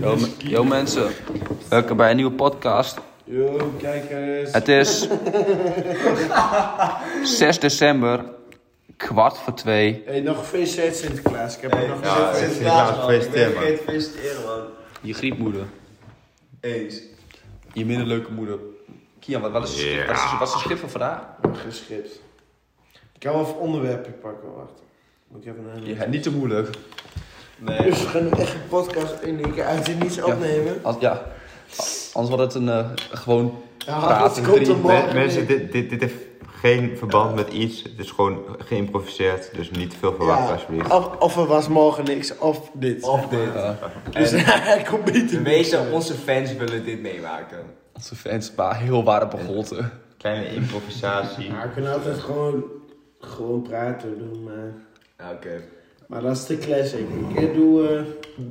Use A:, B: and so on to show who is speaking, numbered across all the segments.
A: Yo, me- yo, mensen, welkom bij een nieuwe podcast.
B: Yo, kijk eens.
A: Het is 6 december, kwart voor twee.
B: Hey, nog gefeliciteerd Sinterklaas. Ik heb er nog
C: Ja,
B: gezegd.
C: Sinterklaas, gefeliciteerd, man.
D: feliciteren, man.
A: Je griepmoeder,
D: Eens.
A: je minder leuke moeder. Kian, wat, wat is het schip- wat is- wat is het schip van vandaag?
B: geschipt. Ik kan wel even onderwerpje pakken, wacht. Moet ik even een hele...
A: Ja, niet te moeilijk.
D: Nee.
B: Dus we gaan nu echt een podcast in één keer uit en niets opnemen.
A: Als, ja, anders wordt het een eh, gewoon
B: Ja,
A: praten.
B: dat komt
A: drie.
B: er morgen.
C: Me- Mensen, dit, dit, dit heeft geen verband met iets. Het is gewoon geïmproviseerd, dus niet te veel verwacht alsjeblieft.
B: of, of er was morgen niks, of dit.
D: Of dit.
A: Eh,
B: dus
D: En
B: hij komt niet
D: de
B: in.
D: meeste van onze fans willen dit meemaken.
A: onze fans waren heel ware begoten.
C: Kleine improvisatie.
B: Ja, we kunnen altijd gewoon, gewoon praten doen, maar...
D: Nou, Oké.
B: Maar dat is de classic. Ik doe... eh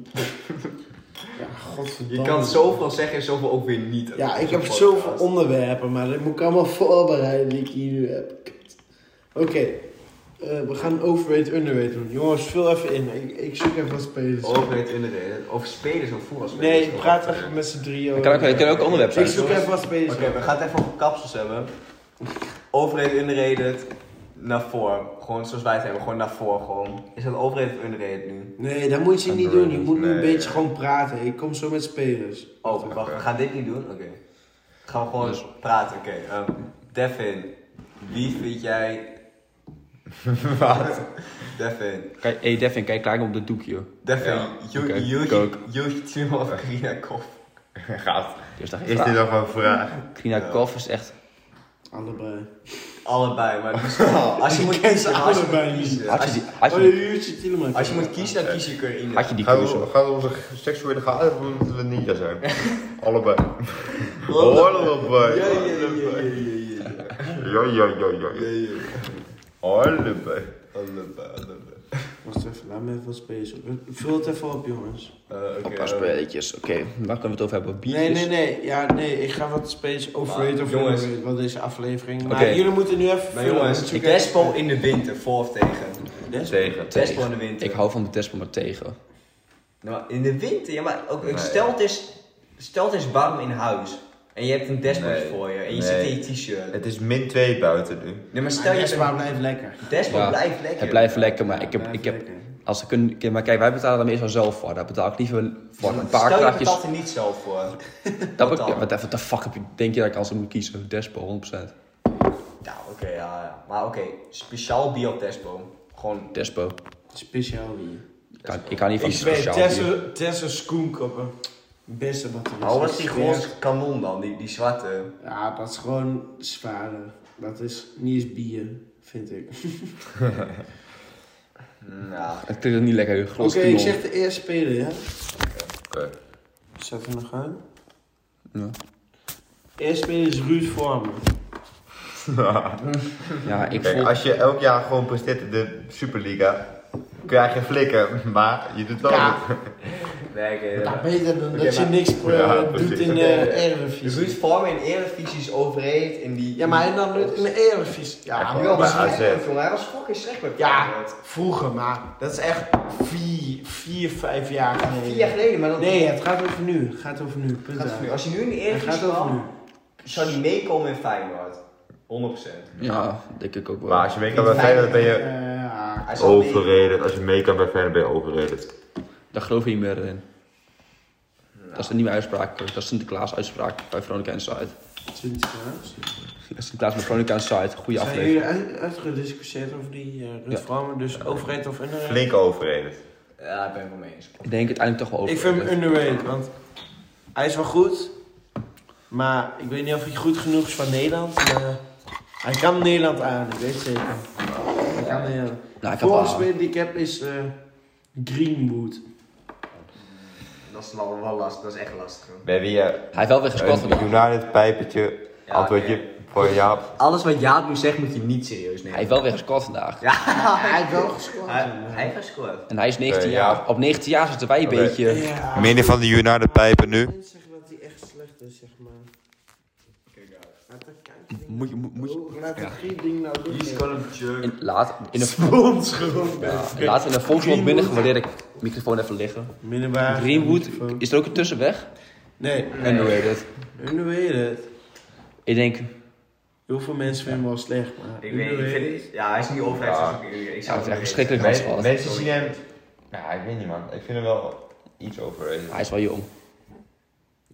B: ja, godverdomme.
D: Je kan zoveel zeggen en zoveel ook weer niet.
B: Ja, ik
D: Zo'n
B: heb
D: podcast.
B: zoveel onderwerpen, maar dat moet ik allemaal voorbereiden die ik hier nu heb. Kut. Oké, eh, we gaan overrated underrated doen. Jongens, vul even in. Ik, ik zoek even wat spelers.
D: Over het inderdaad. Over spelers of voetbalspelers.
B: nee, ik praat echt met z'n drieën.
A: Het kan ook, het kan ook een onderwerp
B: Ik
A: zijn.
B: zoek even wat spelers.
D: Oké, we gaan het even over kapsels hebben. Overrated, underrated, naar voren. Gewoon zoals wij het hebben, gewoon naar voren gewoon. Is dat overrated of underrated nu?
B: Nee, dat moet je niet doen. Je moet nu een
C: Nee.
B: beetje gewoon praten. Ik kom zo met spelers.
D: Oh, wacht, we gaan dit niet doen? Oké. Dus- Gaan we gewoon praten, oké. ehm, Devin, wie vind jij... Wat? Devin.
A: Kijk, hey Devin, kijk klaar op dat doekje.
D: Devin,
A: oké,
D: Yuji-
A: ik
D: Yuji
A: ook.
D: Yuji Tsuno of Karina Kof?
C: Gaat.
A: Dus daar
C: Is dit nog een vraag?
A: Krina
D: Ja.
A: Koff is echt...
B: Allebei.
D: Allebei, maar dus- als je moet kiezen, als je
B: allebei
D: moet
B: niet.
D: kiezen.
A: Had
D: Als
A: je die,
D: je,
A: had
B: oh,
A: je,
B: je uurtje Tieleman.
D: als je moet kiezen, dan kies je Karina.
A: had je die
C: Gaat
A: keuze?
C: het gaat het om onze seksuele gehaald of omdat we ninja zijn? Allebei.
D: Allebei.
C: Allebei.
D: Ja, ja, ja, ja, ja, ja, ja.
C: Ja, ja, ja, ja,
D: Ja,
C: ja.
D: ja.
C: Allebei.
D: Allebei, allebei.
B: Wacht even, laat me even wat spelers op. Vul het even op, jongens.
D: Eh, oké,
A: Pas
D: eh,
A: spelletjes, oké. Waar kunnen we het over hebben? Biertjes?
B: Nee, nee, nee. Ja, nee, ik ga wat spelers overrated of
D: jongens.
B: underrated. Wat deze aflevering. Maar
A: Oké.
B: jullie moeten nu even
D: Maar
B: vullen,
D: jongens,
B: want zoek even-
D: Despo in de winter, voor of tegen?
B: Des-
C: Tegen.
D: Despo in de winter.
A: Ik hou van de test, maar tegen.
D: Nou, maar in de winter, ja, maar ook,
C: Nee.
D: stel, het is, stel het is warm in huis. En je hebt een dashboard
C: Nee.
D: voor je en je
C: Nee.
D: zit in je t-shirt.
C: Het is min 2 buiten nu.
D: Nee, maar stel
B: Maar
D: je
B: Des
D: hebt
B: maar
D: een
B: blijft lekker.
D: dashboard,
A: Ja,
D: blijf lekker.
A: Het blijft lekker, maar ik heb...
B: Blijft
A: Ik heb
B: lekker.
A: als ik een, maar kijk, wij betalen er meestal zelf voor. Daar betaal ik liever voor een paar
D: Stel je
A: krachtjes.
D: betaalt er niet zelf voor.
A: Dat
D: dan?
A: ja, wat even, de fuck heb je, denk je dat ik als ik moet kiezen? Despo, 100%.
D: Nou, oké, ja, ja. Maar oké, speciaal bier op Despo. Gewoon,
A: Despo.
B: Speciaal bier.
A: Ik kan, ik kan niet van
B: Ik zweer,
A: speciaal bier.
B: Tessa- Tessa Skoenkoppen. Beste wat er is.
D: maar wat is die
B: Ik zweer.
D: grote kanon dan, die, die zwarte?
B: Ja, dat is gewoon zwaarder. Dat is niet eens bier, vind ik.
D: Nou,
A: Het klinkt niet lekker,
B: Oké,
A: glas
B: ik
A: kanon.
B: zeg de eerste speler, ja?
C: Oké.
B: Zet hem nog aan.
A: Ja.
B: Eerste speler is Ruud Vormer.
A: Ja, ik
C: Kijk,
A: voel...
C: als je elk jaar gewoon presteert in de Superliga, krijg je flikken, maar je doet wel
B: Ja.
C: goed.
D: nee, oké. ja.
B: Nou, beter dan
D: Oké,
B: dat je
D: maar-
B: niks eh,
C: Ja,
B: doet
C: precies.
B: in
C: Oké.
B: de
D: Ruud
B: Eredivisie.
D: Vormen in Eredivisie is overheid in die...
B: Ja, maar hij nam het in de Eredivisie. Ja,
C: Ja,
B: nu
C: gewoon
B: al
C: bij
B: besmet.
C: AZ.
D: jongen. Hij was fucking slecht bij
B: Ja,
D: Feyenoord.
B: vroeger, maar dat is echt vier, vier vijf jaar
D: Vier jaar
B: geleden.
D: geleden, maar dan...
B: Nee, het gaat over nu. Het gaat over nu. Punt
D: Gaat het
B: uit.
D: voor nu? Als je nu in de
B: Het gaat
D: Eredivisie
B: over nu.
D: kwam, zou die meekomen in Feyenoord. 100%.
A: Ja, denk ik ook wel.
C: Maar als je mee kan bij Feyenoord ben je
B: Eh, ja.
D: Hij zou mee-
C: overreden. Als je mee kan bij Feyenoord ben je overreden.
A: Daar geloof ik niet meer in. Dat is een nieuwe uitspraak. Dat is Sinterklaas uitspraak bij Veronica Inside.
B: 20 jaar.
A: Sinterklaas bij Veronica Inside. Goede
B: Zijn
A: aflevering.
B: jullie uit- uitgediscussieerd over die eh Ruud
A: Ja.
B: Vormer, dus overheid of underrated?
C: Flink overreden.
D: Ja, daar ben ik wel mee eens.
A: Ik denk uiteindelijk toch wel over.
B: Ik vind hem underrated, want hij is wel goed, maar ik weet niet of hij goed genoeg is van Nederland. Maar hij kan Nederland aan, ik weet het zeker. Hij kan Nederland.
A: Nou, ik heb
B: Volgende
A: al...
B: speler die ik heb is eh, Greenwood.
D: Dat is wel, wel lastig. Dat is echt lastig.
C: Bij wie je
A: Hij heeft wel weer gescoord
C: een
A: vandaag.
C: United pijpertje,
D: Ja,
C: antwoordje voor Jaap.
D: Alles wat Jaap nu zegt, moet je niet serieus
A: Hij
D: nemen.
A: heeft wel weer gescoord vandaag.
B: hij heeft wel gescoord.
D: Hij, hij heeft gescoord.
A: En hij is 19
C: Eh, ja.
A: jaar. Op 19 jaar zitten wij een
C: Oké.
A: beetje...
B: Ja.
C: Meneer van de United pijpen nu.
B: Mensen zeggen dat hij echt slecht is, zeg maar. Laat dat kijken.
A: Moet je, moet, moet je-
B: Laat het geen ding nou doen.
D: He's gonna jerk.
A: in, laat in de,
B: Spons gewoon.
A: ja, laat in de Volksmond binnen gewaardeerde microfoon even liggen.
B: Middelbaar.
A: Greenwood,
B: microfoon.
A: is er ook een tussenweg?
B: Nee,
A: Underrated.
B: underrated.
A: Ik denk,
B: Heel veel mensen vinden hem wel slecht, maar
D: Ik weet ik
B: underrated.
D: vind- Ja, hij is niet overheid.
C: Ja.
D: dus ik- ik
A: ja, het
D: zou
A: is echt
D: het niet weten.
A: verschrikkelijk handvast.
C: Mensen zien hem... Ja, ik weet niet man. Ik vind hem wel iets overrated.
A: Hij is wel jong.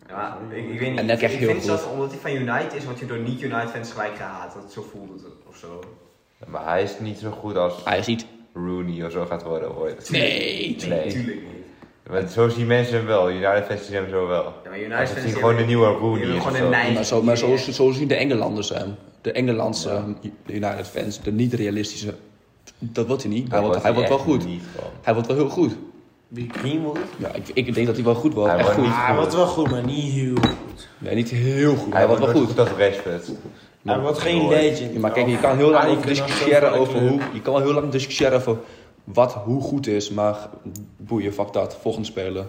D: Ja, ik, ik weet niet.
A: En dat
D: ik
A: krijg je
D: vind
A: heel
D: dat omdat hij van United is, wat je door niet-United-fans gelijk gehaat. Dat zo voelde het of zo.
C: Maar hij is niet zo goed als
A: Hij is niet.
C: Rooney of zo gaat worden ooit.
A: Nee.
C: Nee.
D: Tuurlijk niet.
C: Want zo zien mensen hem wel. United fans zien hem zo wel.
D: Ja, maar
C: Ze
D: United-fans...
C: zien gewoon de nieuwe Rooney.
D: die hebben
C: is
D: gewoon
C: of
D: een
C: zo.
D: nijntje.
A: Maar zo, maar zo, zo zien de Engelanders hem. De Engelandse ehm, United fans, de niet realistische. Dat wordt hij niet. Hij
C: Daar
A: wordt,
C: wordt
A: hij wordt wel
C: echt
A: goed.
C: niet van.
A: Hij wordt wel heel goed.
B: Wie Greenwood?
A: Ja, ik, ik denk dat hij wel goed wordt.
C: Hij
A: Echt
C: wordt
A: goed.
C: niet-
B: Hij wordt Ah, wel goed, maar niet heel goed.
A: Nee, niet heel goed. maar Hij
C: Hij
A: wordt wel goed.
C: als Rashford.
B: Hij wordt geen
C: Nooit.
B: legend.
A: Ja, maar kijk, je kan heel lang
B: Ah, je
A: over
B: kunt nog
A: discussiëren
B: zoveel
A: over
B: club.
A: hoe. Je kan wel heel lang discussiëren over wat hoe goed is, maar boeien, fuck dat. Volgend spelen.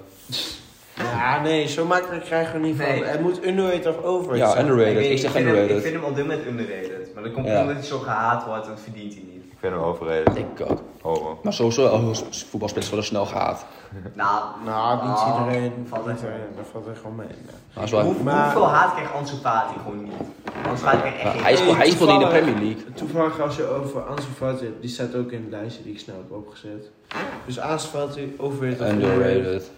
B: Ja, nee, zo makkelijk krijgen we niet van.
D: Nee.
B: Hij moet underrated of overrated
A: Ja,
B: zijn.
D: Ik,
A: underrated.
D: weet,
A: Ik
D: niet, ik,
A: zeg
D: vind hem, ik
A: underrated.
D: vind hem op dit moment underrated. Maar dat komt
A: Ja.
D: omdat hij zo gehaat wordt, dat verdient hij niet.
C: Ik vind hem overrated.
A: Denk ik ook.
C: Homo.
A: Oh Maar sowieso, oh, voetbalspelers worden snel gehaat.
D: Nou,
B: Nou, niet
D: nou,
B: iedereen.
D: Valt echt mee.
B: iedereen. Dat valt echt wel mee. ja.
A: Maar is wel-
D: Hoe,
B: Maar-
D: Hoeveel haat krijgt Ansu Fati gewoon niet? Ansu Fati krijgt echt
A: maar
D: geen
A: hij,
B: Hey,
A: speelt, hij speelt niet in de
B: toevallig-
A: Premier League.
B: Toevallig als je over Ansu Fati hebt, die staat ook in het lijstje die ik snel heb opgezet. Dus Ansu Fati, overrated of underrated.
A: Underrated.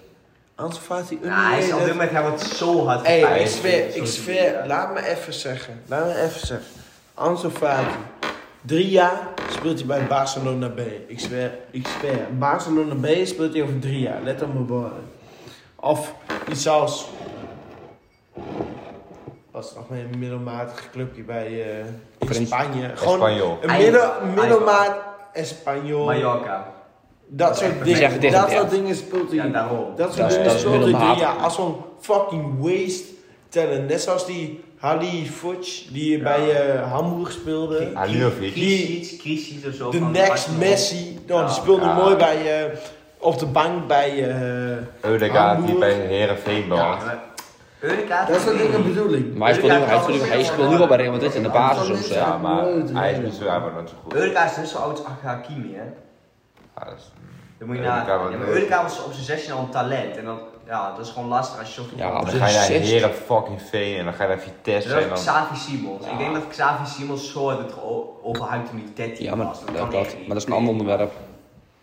B: Ansu Fati,
D: Nou, hij is op dit
B: underrated.
D: moment, hij wordt zo hard
B: Hey,
D: gepijpt.
B: ik zweer, ik
D: Sorry.
B: zweer, laat me even zeggen. Laat me even zeggen. Ansu Fati, drie jaar speelt hij bij Barcelona B. Ik zweer, ik zweer. Barcelona B speelt hij over drie jaar, let op mijn woorden. Of iets als... Was nog maar een middelmatig clubje bij eh, in
A: Frans-
B: Spanje. Gewoon
C: Espanol.
B: een middel,
D: Eigen-
B: middelmaat Espanol.
D: Mallorca.
B: Dat soort
A: Zeg het
B: dingen.
A: tegen
B: Dat
A: hem,
B: soort
A: ja.
B: dingen speelt
D: Ja,
B: hij.
D: daarom.
B: Dat
A: Dat
B: soort
A: is-
B: dingen
A: dat is
B: speelt hij drie
A: middelmatig.
B: jaar als zo'n fucking waste talent. Net zoals die Hali Fuch die bij eh, Hamburg speelde.
C: Halinovic.
D: Krisic, Krisic of zo.
B: De
D: van
B: next
D: Arsenal.
B: Messi. Nou,
D: Ja.
B: die speelde
C: Ja.
B: mooi bij, eh, op de bank bij... eh
C: Eudegaard die
B: Hamburg.
C: bij Herenveen
D: Ja,
C: belandt.
D: maar Eurekaart
B: dat soort
D: is
B: dingen
D: niet.
B: bedoel ik.
A: Maar hij speelt nu, hij speelt nu, hij speelt nu wel bij Real Madrid in de basis of zo.
C: Ja, maar hij is niet zo raar, maar dan zo goed.
D: Eurekaart is net zo oud als Hakimi, hè.
C: Ja, dat is-
D: Dan moet je
C: Eurekaart
D: nagaan.
C: wordt
D: Ja, maar
C: nooit.
D: Eurekaart was op zijn 16 al een talent. En dan, ja, dat is gewoon lastig als je zo veel...
A: Ja,
C: dus Dan
A: maar-
C: ga je naar
A: Zes.
C: Heren fucking Veen en dan ga je naar Vitesse en
D: Dat
C: dan...
D: is Xavi Simons. Ik denk dat Xavi Simons zo uit het geo- overhangt toen hij 13
A: Ja, maar
D: was.
A: dat,
D: kan
A: klopt.
D: echt niet.
A: Maar dat is een ander onderwerp.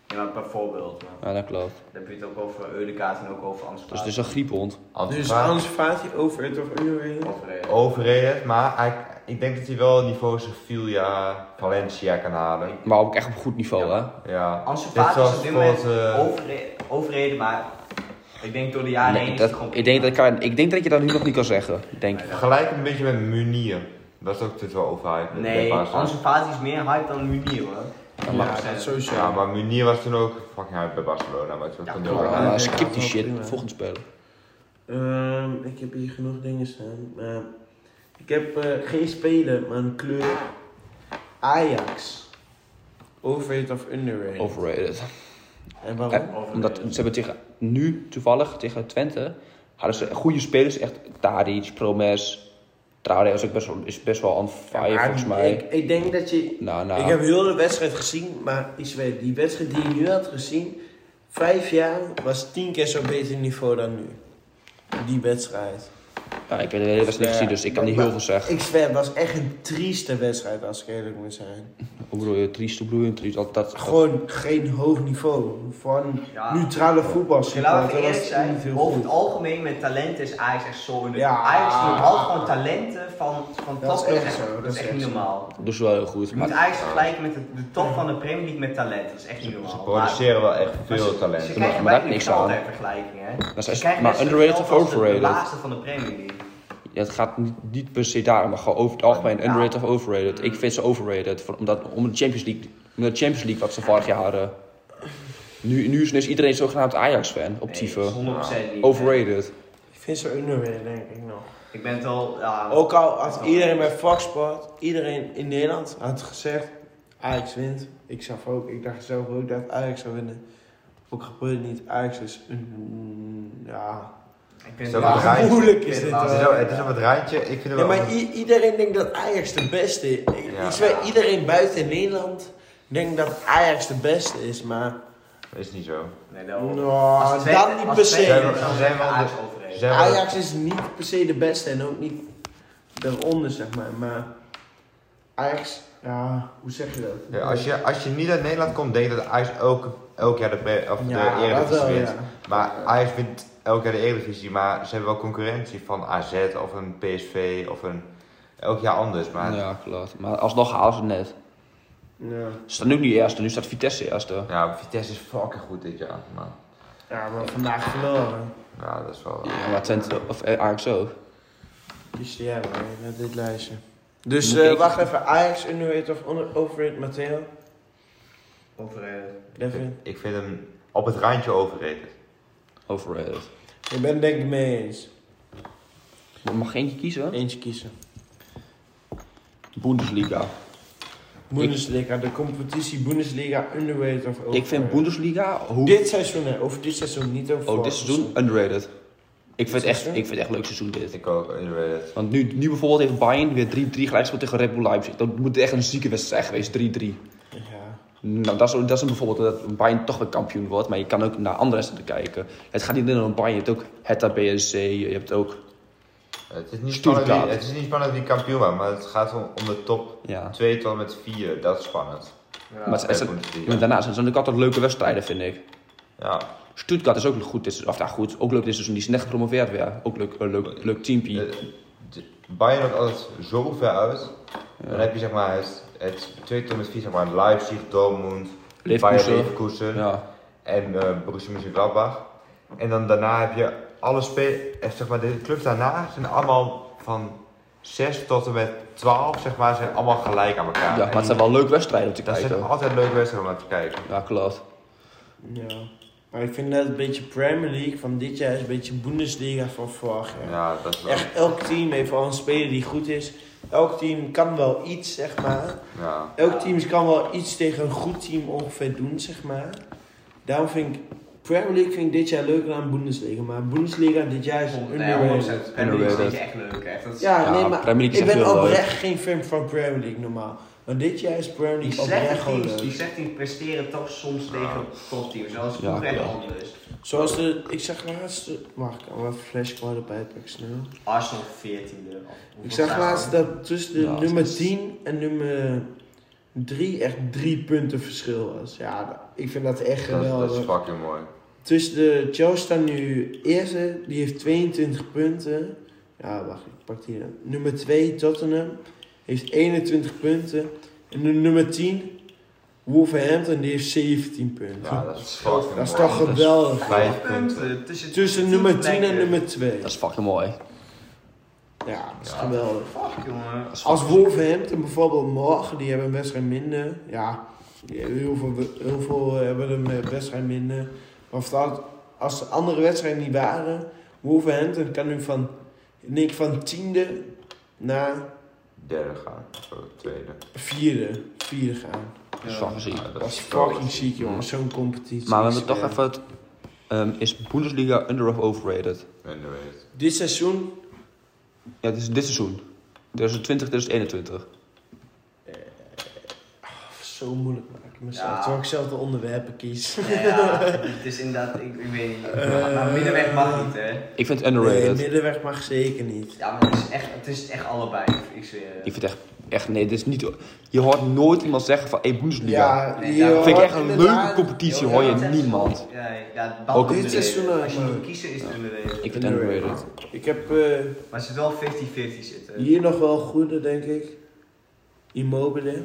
D: Ja, maar bijvoorbeeld. Maar.
A: Ja, dat klopt.
D: Dan heb je het ook over Eurekaart en ook over Amsterdam.
A: Dus het is een griephond.
C: Ansu
B: Dus
C: Fati.
B: Ansu Fati, overrated of underrated?
D: Overreden.
C: Overrated, maar hij, ik denk dat hij wel het niveau Sevilla, Valencia kan halen.
A: Maar ook echt op goed niveau, hè?
C: Ja.
D: Ansu
C: Net
D: Fati is
C: zoals
D: op dit moment
C: bijvoorbeeld, eh,
D: overre- overreden, maar ik denk door de jaren
A: Nee,
D: heen is
A: dat-
D: het gewoon...
A: ik, denk dat ik, kan- ik denk dat je dat nu nog niet kan zeggen. Ik Denk. ik.
C: Vergelijk hem een beetje met Munier. Dat is ook natuurlijk wel overhyped. met
D: Nee,
C: Barca.
D: Ansu Fati is meer hype dan Munier, hoor.
B: Ja, dat sowieso.
C: Ja, maar Munier was toen ook fucking hype bij Barcelona, maar toen
D: Ja,
C: kon hij
D: klopt.
C: ook aan.
A: Maar eh,
B: dat
A: skip
B: gaat
A: die
B: wel
A: shit.
B: prima.
A: Volgend spelen.
B: Ehm, ik heb hier genoeg dingen staan. maar ik heb eh, geen speler, maar een kleur. Ajax. Overrated of underrated?
A: Overrated.
B: En waarom?
A: Eh, Omdat ze hebben tegen, nu toevallig tegen Twente, hadden ze goede spelers. Echt Tadic, Promes. Traoré was ook best wel, is best wel on fire
B: Maar
A: volgens mij.
B: Ik, ik denk dat je...
A: nou, nou.
B: Ik heb heel de wedstrijd gezien, maar ik zweer, die wedstrijd die je nu had gezien... Vijf jaar was tien keer zo beter niveau dan nu. Die wedstrijd.
A: ja, ik heb de hele wedstrijd niet gezien, dus ik kan niet heel veel zeggen.
B: Ik zweer, het was echt een trieste wedstrijd, als ik eerlijk moet zijn.
A: Hoe bedoel je, triest, hoe bedoel je, triest, dat, dat,
B: Gewoon geen hoog niveau. Van
D: Ja.
B: neutrale voetbal.
D: Oké, Laten we
B: dat
D: even
B: was
D: eerlijk
B: niet
D: zijn,
B: heel
D: over
B: goed.
D: het algemeen met talenten is Ajax echt zo in de...
B: Ja.
D: Ajax haalt gewoon talenten van, van
B: Dat is
D: topclubs.
B: echt zo,
D: Dat is echt niet
B: zo.
D: normaal.
A: dus wel heel goed.
D: Je moet
A: Maar
D: Ajax vergelijken met de, de top van de Premier League met talent. Dat is echt niet normaal.
C: eh, Ze produceren wel echt veel
D: Ze
C: talent.
D: krijgen
A: maar daar
D: bijna
A: niks
D: niks
A: aan.
D: aan. vergelijking, hè?
A: is
D: Ze
A: echt-
D: krijgen
A: maar
D: net zoveel
A: underrated
D: geld
A: of
D: als
A: overrated?
D: De laatste van de Premier League.
A: ja, het gaat niet, niet per se daarom, maar gewoon over het algemeen underrated of overrated. Ik vind ze overrated, voor- omdat, om de Champions League, om de Champions League wat ze vorig jaar hadden. Nu, nu is dus iedereen zogenaamd Ajax-fan op
D: Nee,
A: tyfe.
D: dat is 100% niet.
A: Overrated.
B: Ik vind ze underrated, denk ik nou. nog.
D: Ik ben het al. Ja,
B: Ook al had iedereen bij Fox Sport, iedereen in Nederland had gezegd, Ajax wint. Ik zelf ook, ik dacht zelf ook dat Ajax zou winnen. Ook gebeurde het niet, Ajax is een, mm, ja,
E: Ik ben
C: Zo
E: laat.
C: bedraaid.
B: Hoe moeilijk is
E: Ik
B: dit eh.
E: ben
C: Het
B: wel?
C: is, wel, het is op het randje. Ik vind het
B: Ja,
C: wel...
B: maar i- iedereen denkt dat Ajax de beste is. Ik,
C: Ja.
B: ik zweer, iedereen buiten Nederland denkt dat Ajax de beste is, maar...
C: Is niet zo.
E: Nee,
B: Nou, dan niet per se.
C: tweede- Ze zijn wel-
D: Ah,
B: Ajax is niet per se de beste en ook niet daaronder, zeg maar. Maar Ajax, ja, hoe zeg je dat?
C: Ja, als, je, als je niet uit Nederland komt, denk ik dat Ajax elk, elk jaar de, pre- of
B: Ja,
C: de
B: dat
C: Eredivisie
B: wel,
C: wint.
B: ja.
C: Maar Ajax wint elk jaar de Eredivisie, maar ze hebben wel concurrentie van AZ of een PSV of een... Elk jaar anders, maar... Ja,
A: Ja, klopt. Maar alsnog halen ze het net.
B: Ja.
A: Ze staan nu niet eerste, nu staat Vitesse eerste.
C: Vitesse is fucking goed dit jaar, maar...
B: ja, maar vandaag verloren.
C: Ja, dat is wel...
A: Ja, maar Twente, of eh, Ajax ook.
B: Dus ja, maar met dit lijstje. Dus
A: Moet
B: eh,
A: ik-
B: wacht even, Ajax, underrated of onder- overrated, Matteo?
E: Overreden.
B: Devin?
C: Ik vind hem op het randje overrated.
A: Overrated.
B: Ik ben het denk ik mee eens.
A: Maar mag eentje kiezen?
B: Eentje kiezen.
A: Bundesliga.
B: Bundesliga, de competitie Bundesliga, underrated of overrated?
A: Ik vind Bundesliga... Hoe...
B: Dit seizoen, hè, over dit seizoen, niet over
A: Oh,
B: vorig
A: dit seizoen underrated. Ik vind, het echt, ik
B: seizoen?
A: vind het echt een leuk seizoen dit.
C: Ik ook, eh, underrated.
A: Want nu, nu bijvoorbeeld heeft Bayern weer 3-3 gelijk gespeeld tegen Red Bull Leipzig. Dat moet echt een zieke wedstrijd zijn geweest, 3-3.
B: Ja.
A: Nou, dat is, dat is een bijvoorbeeld dat Bayern toch weer kampioen wordt. Maar je kan ook naar andere wedstrijden kijken. Het gaat niet alleen om Bayern. Je hebt ook Hertha BSC. Je hebt ook...
C: Het is niet
A: Stuttgart.
C: spannend wie, het is niet spannend wie kampioen wordt, maar het gaat om, om de top
A: Ja.
C: 2 tot en met 4. Dat is spannend.
E: Ja.
A: Maar, het,
C: bij
A: het-
C: Bundesliga.
A: maar daarnaast zijn het ook altijd leuke wedstrijden, vind ik.
C: Ja,
A: Stuttgart is ook goed dit seizoen. Of ja, goed. Ook leuk dit seizoen. Die is net gepromoveerd weer. Ook leuk, eh, leuk, leuk teampie.
C: eh, de- Bayern wordt altijd zo ver uit. Dan heb je zeg maar het, het 2 tot en met 4, zeg maar Leipzig, Dortmund,
A: Leverkusen.
C: Bayern Leverkusen
A: ja. en
C: en eh Borussia Mönchengladbach. En dan daarna heb je alle spelers, zeg maar de clubs daarna zijn allemaal van 6 tot en met 12, zeg maar, zijn allemaal gelijk aan elkaar.
A: maar het zijn wel leuke wedstrijden om te
C: dat zijn
A: kijken.
C: altijd leuke wedstrijden om naar te kijken.
A: Ja, klopt.
B: Ja. Maar ik vind dat een beetje Premier League van dit jaar is een beetje Bundesliga van vorig jaar.
C: Ja, dat is wel.
B: Echt elk team heeft wel een speler die goed is. Elk team kan wel iets, zeg maar.
C: Ja.
B: Elk team kan wel iets tegen een goed team ongeveer doen, zeg maar. Daarom vind ik Premier League vind ik dit jaar leuker dan Bundesliga. Maar Bundesliga dit jaar
C: Oh,
B: is
E: Nee, 100%.
B: underrated.
E: Premier League is echt leuk. Echt. Dat is
B: Ja,
A: Ja,
B: nee, maar
A: Premier League is
B: ik
A: echt
B: ben
A: heel leuk.
B: oprecht geen fan van Premier League normaal. Maar dit jaar is Premier
E: Die
B: League oprecht
E: slechte
B: gewoon
E: teams, die
B: leuk.
E: slechte teams presteren toch soms tegen topteams. Zoals
A: Ja,
E: vroeger echt
A: klopt.
E: anders.
B: Zoals de, ik zag laatst, wacht, ik kan wel even flash card op Apex snel.
E: Arsenal 14e. of
B: Ik
E: hoeveel
B: zag
E: staan
B: laatst
E: ze?
B: dat tussen de
A: Ja, dat
B: nummer
A: is-
B: 10 en nummer 3 echt drie punten verschil was. Ja, dat- ik vind dat echt
C: Dat, dat is
B: geweldig.
C: fucking mooi.
B: tussen Dus de Chelsea staan nu eerste, die heeft 22 punten. Ja, wacht, ik pak die dan. Nummer 2 Tottenham heeft 21 punten. En de nummer 10 Wolverhampton, die heeft 17 punten.
C: Ja, dat is fucking mooi.
B: dat is toch
A: dat is-
B: geweldig.
C: Vijf punten.
E: punten tussen,
B: Tussen nummer 10 en nummer 2.
A: Dat is fucking mooi.
B: Ja, dat is
C: Ja.
B: geweldig.
E: Fuck jongen.
A: Dat is
B: Als
A: fucking-
B: Wolverhampton bijvoorbeeld morgen, die hebben een wedstrijd minder. Ja, die hebben heel veel, heel veel eh, hebben een eh, wedstrijd minder. Maar of dat, als de andere wedstrijden niet waren, Wolverhampton kan nu van, in één keer van tiende naar
C: Derde gaan. Zo, tweede.
B: vierde, vierde gaan.
A: Dat is fucking ziek.
C: Ja,
B: Dat is
C: wel-
B: fucking ziek, jongen. Zo'n competitie.
A: Maar we
B: Ik
A: hebben
B: zweer.
A: toch even het... ehm, is Bundesliga under of overrated?
C: Underrated.
B: Dit seizoen,
A: Ja, dit is dit seizoen. 2020, 2021.
B: Pff, eh, oh, zo moeilijk maken mezelf.
E: Ja.
B: Terwijl ik zelf de onderwerpen kies.
E: Ja, ja, het is inderdaad, ik, ik weet niet.
B: Eh.
E: maar middenweg mag niet, hè?
A: Ik vind het underrated.
B: Nee, middenweg mag zeker niet.
E: Ja, maar het is echt, het is echt allebei, ik zweer. het.
A: Ik vind echt, echt nee, dit is niet. Je hoort nooit iemand zeggen van, hey, Bundesliga.
B: Ja,
E: Nee,
B: je
E: ja.
A: vind ik
B: hoort
A: echt een leuke
B: inderdaad-
A: competitie,
E: Joh,
A: hoor je
E: ja, het is-
A: niemand.
E: Ja, ja, dat
A: Ook
E: is
B: dit seizoen
E: underrated.
B: ook,
E: Als je
B: maar-
E: moet kiezen is het underrated.
A: Ik vind het underrated.
B: Ik heb eh,
E: Maar ze zit wel 50-50 zitten.
B: hier nog wel een goede, denk ik. Immobile.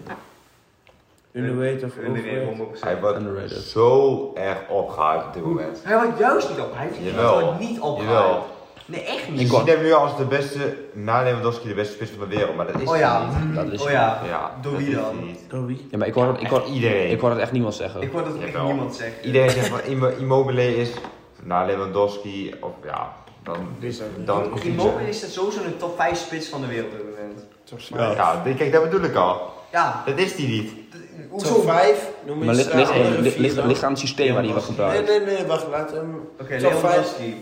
B: Underrated of overrated.
E: Underrated, 100%.
C: Hij wordt
A: Underrated.
C: zo erg opgehaald op dit moment.
E: Hij wordt juist niet op, hij
C: Jawel.
E: wordt niet opgehaald.
C: Jawel.
E: Nee, echt
C: Ik
E: niet.
C: zie hem nu als de beste, na Lewandowski, de beste spits van de wereld, maar dat is
E: Oh ja,
C: hij niet.
E: mm,
A: Dat is
E: oh ja.
C: Ja,
E: Door
C: dat
E: wie
C: is
E: dan?
C: hij niet.
B: Door wie?
A: Ja, maar ik hoor, ik hoor,
C: Echt iedereen.
A: ik hoor het echt niemand zeggen.
E: Ik hoor dat ook echt
C: Jawel.
E: niemand zeggen.
C: Iedereen zegt van Immo- Immobile is na Lewandowski, of ja, dan...
B: Dit is ook
C: dan komt hij zo.
E: Immobile is dat sowieso een top 5 spits van de wereld op dit moment.
B: Top
C: Ja,
B: 5.
C: dit- kijk, dat bedoel ik al.
E: Ja,
C: Dat is hij niet.
E: d-
B: Top
E: hoezo?
B: 5? Noem
A: maar
B: eens
A: ligt,
B: de
A: ligt,
B: andere
A: ligt,
B: vier
A: ligt,
B: dan.
A: ligt aan het systeem waar die wordt
B: Nee,
A: gebruikt.
B: nee, nee, wacht, laat hem.
E: Oké,
B: top 5.
E: Lewandowski. Eh,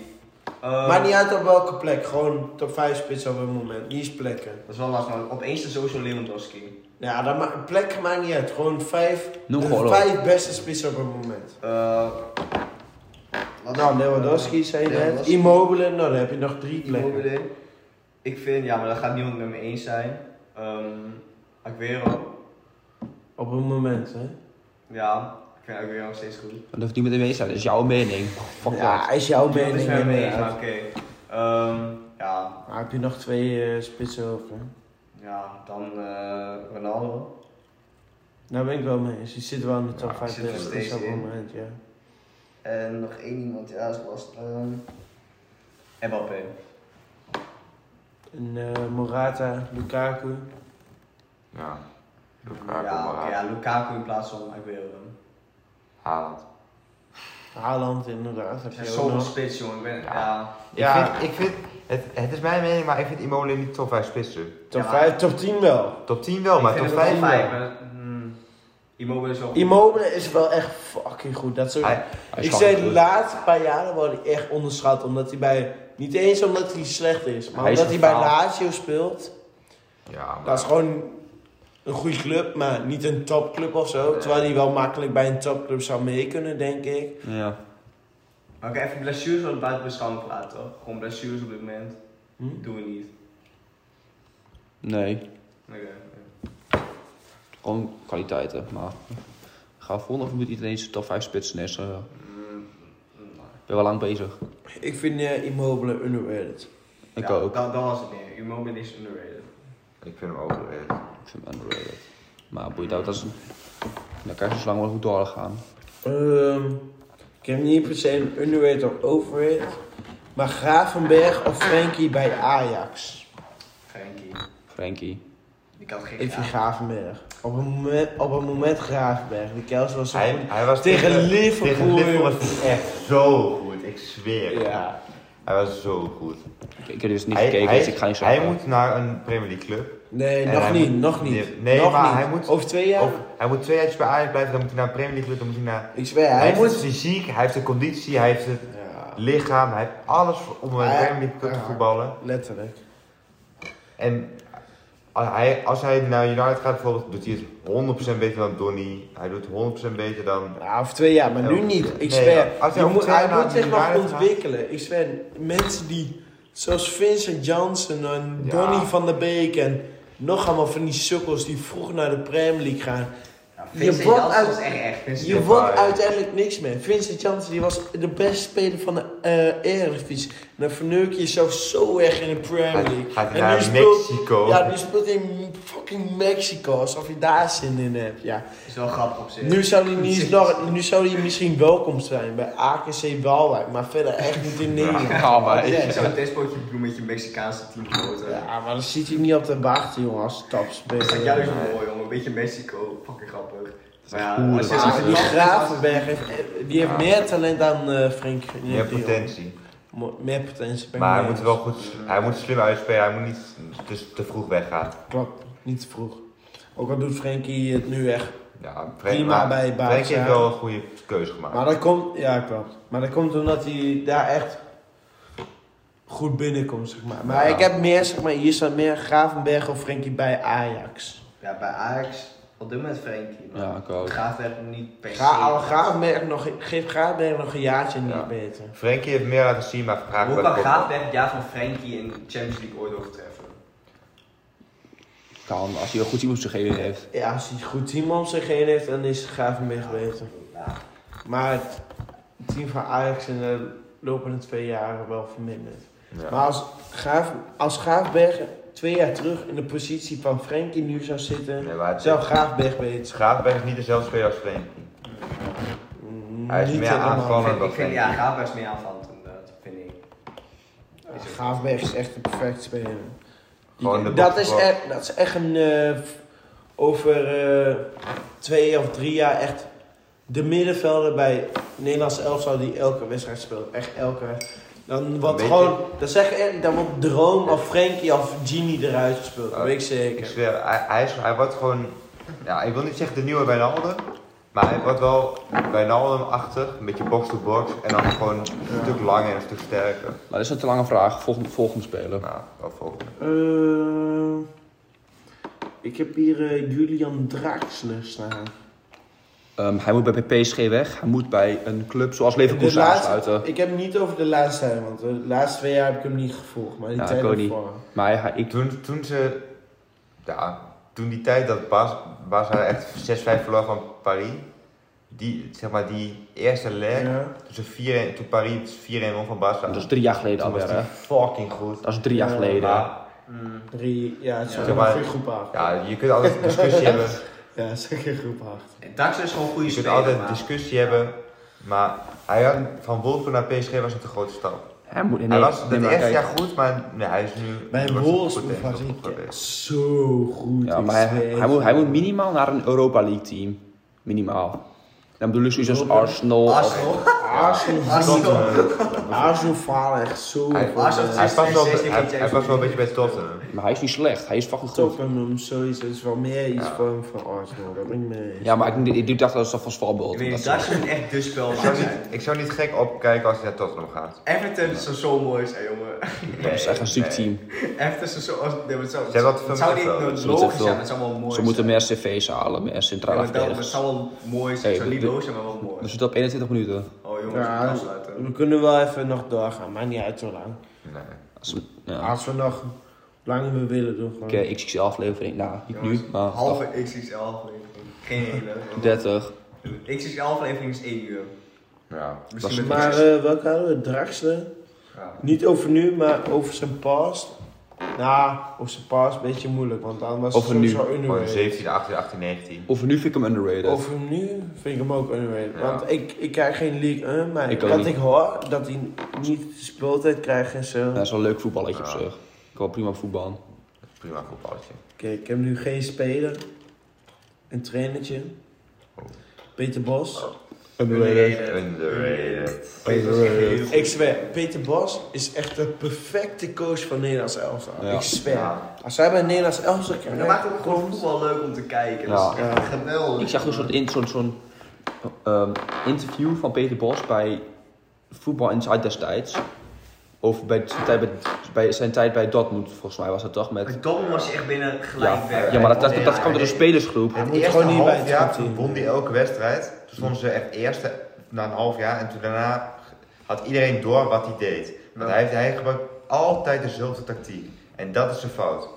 D: Ehm,
B: Maakt niet uit op welke plek. Gewoon top 5 spits op het moment. Niet eens plekken.
D: Dat is wel lastig, maar opeens de sowieso Lewandowski.
B: Ja, dat ma plekken maakt niet uit. Gewoon vijf,
A: Noem
B: de
A: gewoon op.
B: vijf beste spitsen op het moment.
D: Eh wat Eh,
B: Nou, Lewandowski zei je net.
D: Lewandowski.
B: Immobile, nou dan heb je nog drie plekken.
D: Immobile. Ik vind, ja, maar daar gaat niemand met me eens zijn. Ehm Aguero.
B: Op het moment, hè.
D: Ja, ik vind Aguero nog steeds goed.
A: Dat hoeft niemand mee te zijn, dat is jouw mening. Fuck
B: ja,
A: that.
B: hij is jouw
D: Niemand is
B: mening.
D: met me eens,
B: inderdaad.
D: maar oké. Ehm, ja,
B: Maar heb je nog twee eh, spitsen over? hè?
D: ja, dan eh Ronaldo.
B: Daar ben ik wel mee eens. Die zit wel in de top
D: Ja,
B: 5
D: zit er
B: beste
D: steeds
B: spitsen op het
D: in.
B: moment, ja.
D: En nog één iemand, ja, dat was ehm Mbappé.
B: En eh, Morata, Lukaku.
C: Ja. Lukaku,
D: Ja, oké,
C: Morata,
D: ja, Lukaku in plaats van Aguero. dan.
C: Haaland.
B: Haaland inderdaad, heb
D: Er zijn
B: je ook
D: zoveel
B: nog.
D: spits, jongen. Ik ben, ja.
C: Ja.
B: Ja.
C: Ik vind, ik vind het, het is mijn mening, maar ik vind Immobile niet top 5 spitsen.
B: Top
D: Ja.
B: 5, top 10 wel.
C: Top 10 wel, maar
D: ik
C: top
D: vind het
C: 5
D: wel
C: wel.
D: fijn, maar, hmm, Immobile is wel goed.
B: Immobile is wel echt fucking goed. Dat soort...
C: Hij-
A: Hij is
B: ik
A: gewoon
B: zei
A: goed.
B: de laatste paar jaren wordt hij echt onderschat. Omdat hij bij... Niet eens omdat hij slecht is. Maar
A: Hij is
B: omdat hij bij
A: gefaald.
B: Lazio speelt.
C: Ja, maar,
B: Dat is gewoon een goede club. Maar niet een topclub of zo. Terwijl hij wel makkelijk bij een topclub zou mee kunnen, denk ik.
A: Ja.
D: Maar oké, even blessures wat buiten beschouwing laten, toch? Gewoon blessures op dit moment.
B: Hm?
D: Doen we niet.
A: Nee,
D: Oké. oké.
A: gewoon kwaliteiten. Maar ga vol of moet iedereen zijn top 5 spitsen is. eh,
D: Mm, nou.
A: Ik ben wel lang bezig.
B: Ik vind eh, Immobile underrated.
A: Ik
D: Ja,
A: ook.
D: Dat, dat was het meer. Immobile is underrated.
C: ik vind hem overrated.
A: Ik vind hem underrated. Maar boeit uit, dat is... Dan kan je zo lang wel goed doorgaan.
B: Ehm, ik heb niet per se een underrated of overrated. Maar Gravenberg of Frenkie bij Ajax?
D: Frankie.
A: Frankie.
D: Ik had geen
B: Ik vind
D: graag.
B: Gravenberg. Op een moment, op een moment Gravenberg. De Kels was zo
C: Hij,
B: goed.
C: hij was
B: Tegen Liverpool,
C: Tegen Liverpool
B: jongen.
C: was hij echt zo goed, ik zweer. het.
B: Ja.
C: Hij was zo goed.
A: Ik, ik heb dus niet
C: hij,
A: gekeken,
C: hij,
A: dus ik ga niet
C: hij
A: zeggen.
C: moet naar een Premier League club.
B: Nee,
C: En
B: nog
C: hij
B: niet,
C: moet-
B: nog niet.
C: Nee, nee,
B: Nog
C: maar
B: niet.
C: hij moet-
B: Over twee jaar?
C: Of hij moet twee jaar bij Ajax blijven, dan moet hij naar een Premier League club, dan moet hij naar...
B: Ik zweer,
C: Hij,
B: hij,
C: heeft
B: moet...
C: het fysiek, hij heeft de conditie, hij heeft het
B: Ja,
C: lichaam, hij heeft alles om een
B: Hij-
C: Premier League club te
B: ja.
C: voetballen.
B: letterlijk.
C: En hij, als hij naar United gaat bijvoorbeeld, doet hij het 100% beter dan Donny. Hij doet het 100% beter dan...
B: Ja, over twee jaar, maar nu
C: Ja,
B: niet.
C: nee,
B: Ik zweer.
C: ja. Als
B: je
C: hij over
B: moet,
C: twee
B: hij
C: jaar
B: moet
C: naar
B: zich nog
C: United gaat-
B: ontwikkelen. Ik zweer, mensen die... Zoals Vincent Janssen en
C: Ja.
B: Donny van der Beek en... Nog allemaal van die sukkels die vroeg naar de Premier League gaan.
D: Ja,
B: Je
D: Vincent
B: wordt
D: Janssen
B: uit-
D: was echt echt. Vincent
B: Je
D: Janssen.
B: wordt uiteindelijk niks meer. Vincent Janssen die was de beste speler van de eh Eredivisie. En dan verneuk je jezelf zo erg in de Premier
C: Gaat,
B: League.
C: gaat hij
B: en nu
C: naar
B: speelt,
C: Mexico?
B: Ja, nu speelt hij in fucking Mexico. Alsof je daar zin in hebt. Ja.
D: Is wel grappig op zich.
B: Nu zou hij, niet eens nog, nu zou hij misschien welkom zijn bij AKC Walwijk. Maar verder echt niet in Nederland.
A: Ja, maar...
D: Ik zou een testpotje doen met je Mexicaanse team groter.
B: Ja, maar dan zit hij niet op te wachten, jongen, als eh,
D: Dat is
B: topspeler.
D: juist wel mooi, jongen. Een beetje Mexico. Fucking grappig. Maar ja,
C: cool,
D: als je
C: dat
D: als
B: Maar die
D: je dan-
B: Gravenberg heeft, eh, die heeft
C: Ja.
B: meer talent dan eh Frank.
C: Je hebt potentie.
B: Mo- Meer potentie. ben ik
C: Maar hij
B: mee
C: moet
B: eens.
C: wel goed, hij moet slim uitspelen, hij moet niet te, te vroeg weggaan.
B: Klopt, niet te vroeg. Ook al doet Frenkie het nu echt.
C: Ja, Frenkie-
B: Prima
C: maar
B: bij Barca.
C: Frenkie heeft wel een goede keuze
B: Maar
C: gemaakt.
B: dat komt, ja klopt. Maar dat komt omdat hij daar echt goed binnenkomt, zeg maar. Maar
C: Ja.
B: ik heb meer, zeg maar, hier staat meer Gravenberg of Frenkie bij Ajax.
D: Ja, bij Ajax. Wat doen we met Frenkie? man?
A: Ja, ik ook.
D: Graaf werd hem niet per se.
B: Ga, al Gravenberg nog, geef Gravenberg nog een jaartje en niet
C: Ja.
B: beter.
C: Frenkie heeft meer laten zien, maar vraag
D: Hoe kan Graafberg het jaar van Frenkie in de Champions League ooit overtreffen?
A: Kan, als hij een goed team op zijn gegeven heeft.
B: Ja, als hij een goed team om zich heen heeft, dan is Gravenberg beter.
D: Ja,
B: Maar het team van Ajax in de lopende twee jaren wel verminderd.
C: Ja.
B: Maar als, Graaf, als Graafberg twee jaar terug in de positie van Frenkie nu zou zitten,
C: Nee, maar het-
B: zou Graafberg beter
C: Graafberg is niet dezelfde speler als Frenkie.
B: zijn.
C: Hij is
B: Mm, Niet
C: meer
B: helemaal.
D: ik
C: aanvallend
D: vind,
C: dan
D: ik vind, ja,
C: Frenkie.
D: Graafberg is meer aanvallend inderdaad, vind ik.
B: Ja, Graafberg is echt een perfect speler.
C: Gewoon de
B: dat,
C: box
B: is
C: voor.
B: echt, dat is echt een. eh, over eh, twee of drie jaar echt. De middenvelder bij het Nederlands elftal die elke wedstrijd speelt. Echt elke. Dan wordt
C: Weet
B: gewoon. Dan zeg ik eerlijk, dan wordt Droom
C: Ja.
B: of Frenkie of Genie eruit gespeeld. Dat
C: Ja.
B: weet ik zeker.
C: Ik zweer, hij, hij, is, hij wordt gewoon, ja, ik wil niet zeggen de nieuwe Wijnaldum, Maar hij wordt wel Wijnaldum-achtig, een beetje box-to-box. En dan gewoon een stuk langer en een stuk sterker.
A: Maar dat is een te lange vraag. Volgende, volgende speler.
C: Nou, wel volgende.
B: Eh, ik heb hier eh, Julian Draxler staan.
A: Ehm, hij moet bij PSG weg. Hij moet bij een club zoals
B: De
A: Leverkusen
B: laatste-
A: aansluiten.
B: Ik heb hem niet over de laatste tijd, want de laatste twee jaar heb ik hem niet gevolgd. Maar die
A: Ja,
B: tijd
A: ik ook niet.
B: ervoor.
A: Maar hij, ik,
C: Toen, toen ze... Ja, toen die tijd dat Bas, Bas had echt 6-5 verloren van Paris. Die, zeg maar, die eerste leg.
B: Ja.
C: Toen, ze 4-1 toen Paris 4-1 won van Barca.
A: dat is drie jaar geleden
C: Toen was
A: alweer.
C: die
A: hè.
C: fucking goed.
A: Dat is drie jaar
B: Ja,
A: geleden.
C: Maar,
B: Drie, ja, het is
C: Ja,
B: wel
C: maar-
B: een groep acht.
C: ja, je kunt altijd een discussie hebben.
B: Ja, zeker groep acht.
D: Dax is gewoon een goede
C: Je kunt
D: speler,
C: altijd
D: maar-
C: discussie hebben. Maar hij had, van Wolfsburg naar PSG was het een grote stap.
A: Hij moet
C: hij
A: nee,
C: was het
A: nee, maar
C: eerste
A: kijk.
C: jaar goed, maar nee, hij is nu...
B: Bij
C: hij was goed
B: Wolfsburg
C: in
B: was
C: zijn
B: ik
C: ploeg
B: echt
C: geweest.
B: zo goed.
A: Ja,
D: Dus
B: ik
A: maar hij,
B: zweer
A: hij, moet,
B: je.
A: hij
D: eh,
A: moet minimaal naar een Europa League team. Minimaal. Dan bedoel ik zoiets als Arsenal. of-
D: Arsenal.
B: Arsenal, Arsenal,
C: Tottenham.
B: Arsenal falen echt zo
C: Hij-
B: voor
D: Arsenal
B: de
C: Hij past wel,
D: 16
C: hij,
D: keer
C: hij past wel een beetje bij Tottenham.
A: Maar hij is niet slecht. Hij is fucking goed.
B: top en hem sowieso. Het is wel meer iets voor hem voor Arsenal, dat ben ik mee eens.
A: Ja, maar ik, ik, dacht dat het van Svalbard.
D: Ik weet
A: Dat
D: niet,
A: ze-
D: Dax is echt de spel.
C: Ik zou, niet, ik zou niet gek opkijken als hij naar Tottenham gaat.
D: Everton zou zo mooi zijn, jongen.
A: Dat is echt een ziek
C: Nee.
A: team.
D: Everton zou zo... als- Nee, maar het zou,
C: Ze hebben wat
D: het zou niet
C: vermogen. Ze
A: moeten
D: logisch
A: veel-
D: zijn, maar het zou wel mooi
A: Ze moeten
D: zijn.
A: meer cv's halen, meer
D: Ja,
A: centrale
D: maar dat- maar het
A: verdedigers.
D: zou wel mooi
A: Hey,
D: zijn.
A: dus-
D: Het zou niet
A: we-
D: logisch zijn, maar wel
A: We
D: mooi.
A: zitten op 21 minuten.
D: Oh, jongens,
B: Ja, dus-
D: ja, afsluiten.
B: We kunnen wel even nog doorgaan, maakt niet uit hoe lang.
C: Nee.
A: Als we-
D: Ah.
A: ja.
B: Als we nog hoe lang we willen doen gewoon.
A: Ik eh, XXL aflevering, nou, niet
D: Jongens,
A: nu, maar
D: halve XXL aflevering. Geen hele.
A: 30.
D: XXL aflevering is 1 uur.
C: Ja.
D: Misschien met
B: Maar
D: maar,
B: eh, welke hadden we? Draxler? Niet over nu, maar over zijn past. Nou, over zijn past een beetje moeilijk, want dan was
A: Over
B: het
A: nu.
B: sowieso
C: Gewoon
B: underrated.
C: 17, 18, 18, 19.
A: Of nu vind ik hem underrated.
B: Over nu vind ik hem ook underrated.
C: Ja.
B: Want ik, ik krijg geen league, eh, maar
A: Ik ook
B: dat
A: niet.
B: ik hoor dat hij niet de speeltijd krijgt en zo.
A: dat is wel een leuk voetballetje
C: Ja.
A: op zich. Ik kan wel prima voetballen.
C: Prima voetballetje.
B: Kijk, ik heb nu geen speler. Een trainertje. Peter Bos.
A: eh,
C: Underrated.
B: Ik zweer, Peter Bos is echt de perfecte coach van Nederlands elftal.
A: Ja.
B: Ik zweer.
C: Ja.
B: Als hij bij Nederlands elftal
D: En
B: krijgt,
D: dat maakt ook gewoon voetbal leuk om te kijken. Dat is
A: Ja.
D: echt geweldig.
A: Ik zag dus een soort, in, zo'n- zo'n, ehm, interview van Peter Bos bij Voetbal Inside destijds. Over bij zijn, tijd bij, bij zijn tijd bij Dortmund, volgens mij was dat toch? Met,
D: Met Dobbel was je echt binnen gelijk
A: ja,
D: weg.
A: ja, maar dat, dat, dat, kwam door de
C: nee.
A: spelersgroep.
C: Het
B: moet
C: eerste
B: gewoon niet bij
C: half
B: het
C: jaar
B: team.
C: won die elke wedstrijd. Toen stonden ze echt eerste na een half jaar. En toen daarna had iedereen door wat hij deed. Want hij, heeft- hij gebruikt altijd dezelfde tactiek. En dat is zijn fout.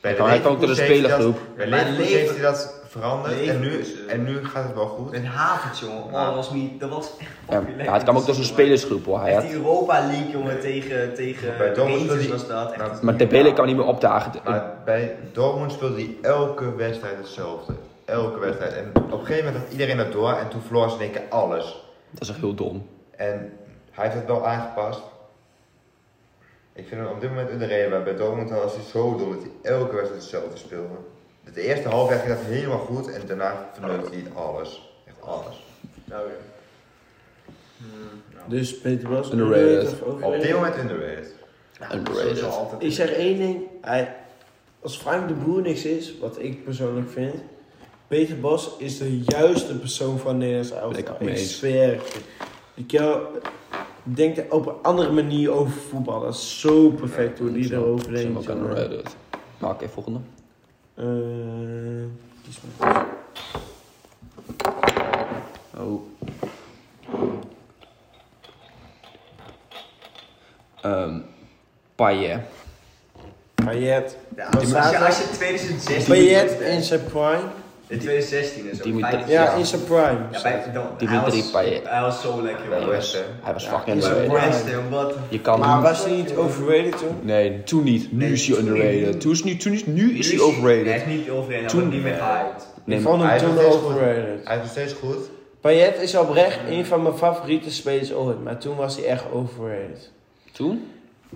C: Bij
A: Maar hij kwam ook door de
C: Leverkusen heeft hij dat-
A: spelergroep.
C: Bij
D: Maar
C: Leverkusen
D: Lever-
C: heeft hij dat veranderd. En nu,
B: eh,
D: Leverkusen.
C: en nu gaat het wel goed.
D: Een haventje, jongen. Oh, dat was, niet, dat was echt
A: Ja,
D: fucking
A: ja, het kwam ook door zijn spelersgroep hoor. Hij
D: Echt
A: had,
D: die Europa League, jongen, tegen, tegen
C: Bij Dobbel
D: Rangers
C: die-
D: was dat. Echt
C: Maar-
A: maar Debele kwam niet meer opdagen.
C: Maar bij Dortmund speelde hij elke wedstrijd hetzelfde. Elke wedstrijd. En op een gegeven moment had iedereen dat door. En toen verloor ze in één keer alles.
A: Dat is echt heel dom.
C: En hij heeft het wel aangepast. Ik vind hem op dit moment underrated, maar bij Dortmund was hij zo dom dat hij elke wedstrijd hetzelfde speelde. Het eerste halfjaar ging dat helemaal goed en daarna verneukt hij alles. Echt alles.
D: Nou, weer. Hmm, nou.
B: Dus Peter Bos.
A: Underrated.
B: underrated of
C: Op dit
B: overrated?
C: moment underrated.
A: Underrated.
D: Sowieso altijd.
B: Ik zeg één ding. Hij, als Frank de Boer niks is, wat ik persoonlijk vind. Peter Bos is de juiste persoon van Nederlands
A: Ben
B: elftal.
A: ik het mee
B: Ik
A: eens.
B: zweer. het je. Die kerel denkt op een andere manier over voetbal. Dat is zo perfect hoe die
A: Zo,
B: erover
A: zijn we
B: denkt.
A: ook
B: jongen.
A: underrated. Maar oké, volgende.
B: Eh, kies maar.
A: Oh. Ehm Payet.
B: Payet.
D: Ja,
B: Wat
D: als,
B: staat
D: je,
B: er?
D: als je 2016...
B: Payet in zijn prime.
D: eh, In 2016 is
A: Die
D: zo.
A: moet-
D: vijf-
B: Ja, in zijn prime.
D: Ja, bij, dan,
A: Die
D: hij
A: moet
D: was-
A: drie paaien.
D: Hij was zo lekker. eh,
C: Bij
D: man.
A: Hij was,
C: West, hè?
A: hij was fucking
B: is
D: Bij
B: wel
A: underrated.
B: waar.
D: West, hè, wat een-
A: Je kan
B: Maar
A: hem-
B: was hij niet overrated toen?
A: Nee, toen niet. Nu
D: Nee,
A: is hij
D: toen
A: underrated.
D: niet.
A: Toen is, nu, toen is, nu is hij
D: Hij
A: overrated.
D: is niet overrated, hij
A: Toen-
D: wordt niet meer gehyped.
A: Nee,
B: ik vond hem
C: Hij is
B: toen
C: nog steeds goed.
B: overrated.
C: Hij is nog steeds goed.
B: Payet is oprecht een van mijn favoriete spelers ooit, maar toen was hij echt overrated.
A: toen?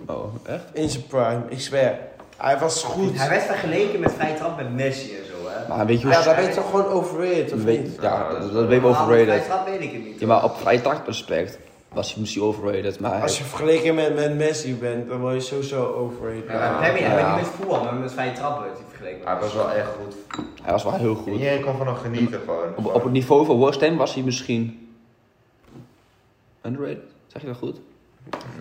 A: Oh, echt?
B: In zijn prime, ik zweer. Hij was goed.
D: Hij werd vergeleken met vrij trap met Messi en zo, hè.
A: Maar weet je hoe...
B: Ja, dat ben je toch gewoon overrated, of
A: weet,
B: niet?
A: ja, dat, dat ben je overrated.
D: Vrij trap weet ik het niet.
A: Ja, maar op vrije trachtrespect. was hij misschien overrated, maar hij-
B: Als je vergeleken met, met Messi bent, dan word je sowieso overrated.
D: Maar bij Premier,
A: ja.
D: maar niet met voetbal, maar met vrije trappen werd hij vergeleken.
C: Hij was wel echt goed.
A: hij was wel heel goed.
C: Iedereen kon van hem genieten gewoon.
A: Op, op het niveau van West Ham was hij misschien underrated, zeg je dat goed?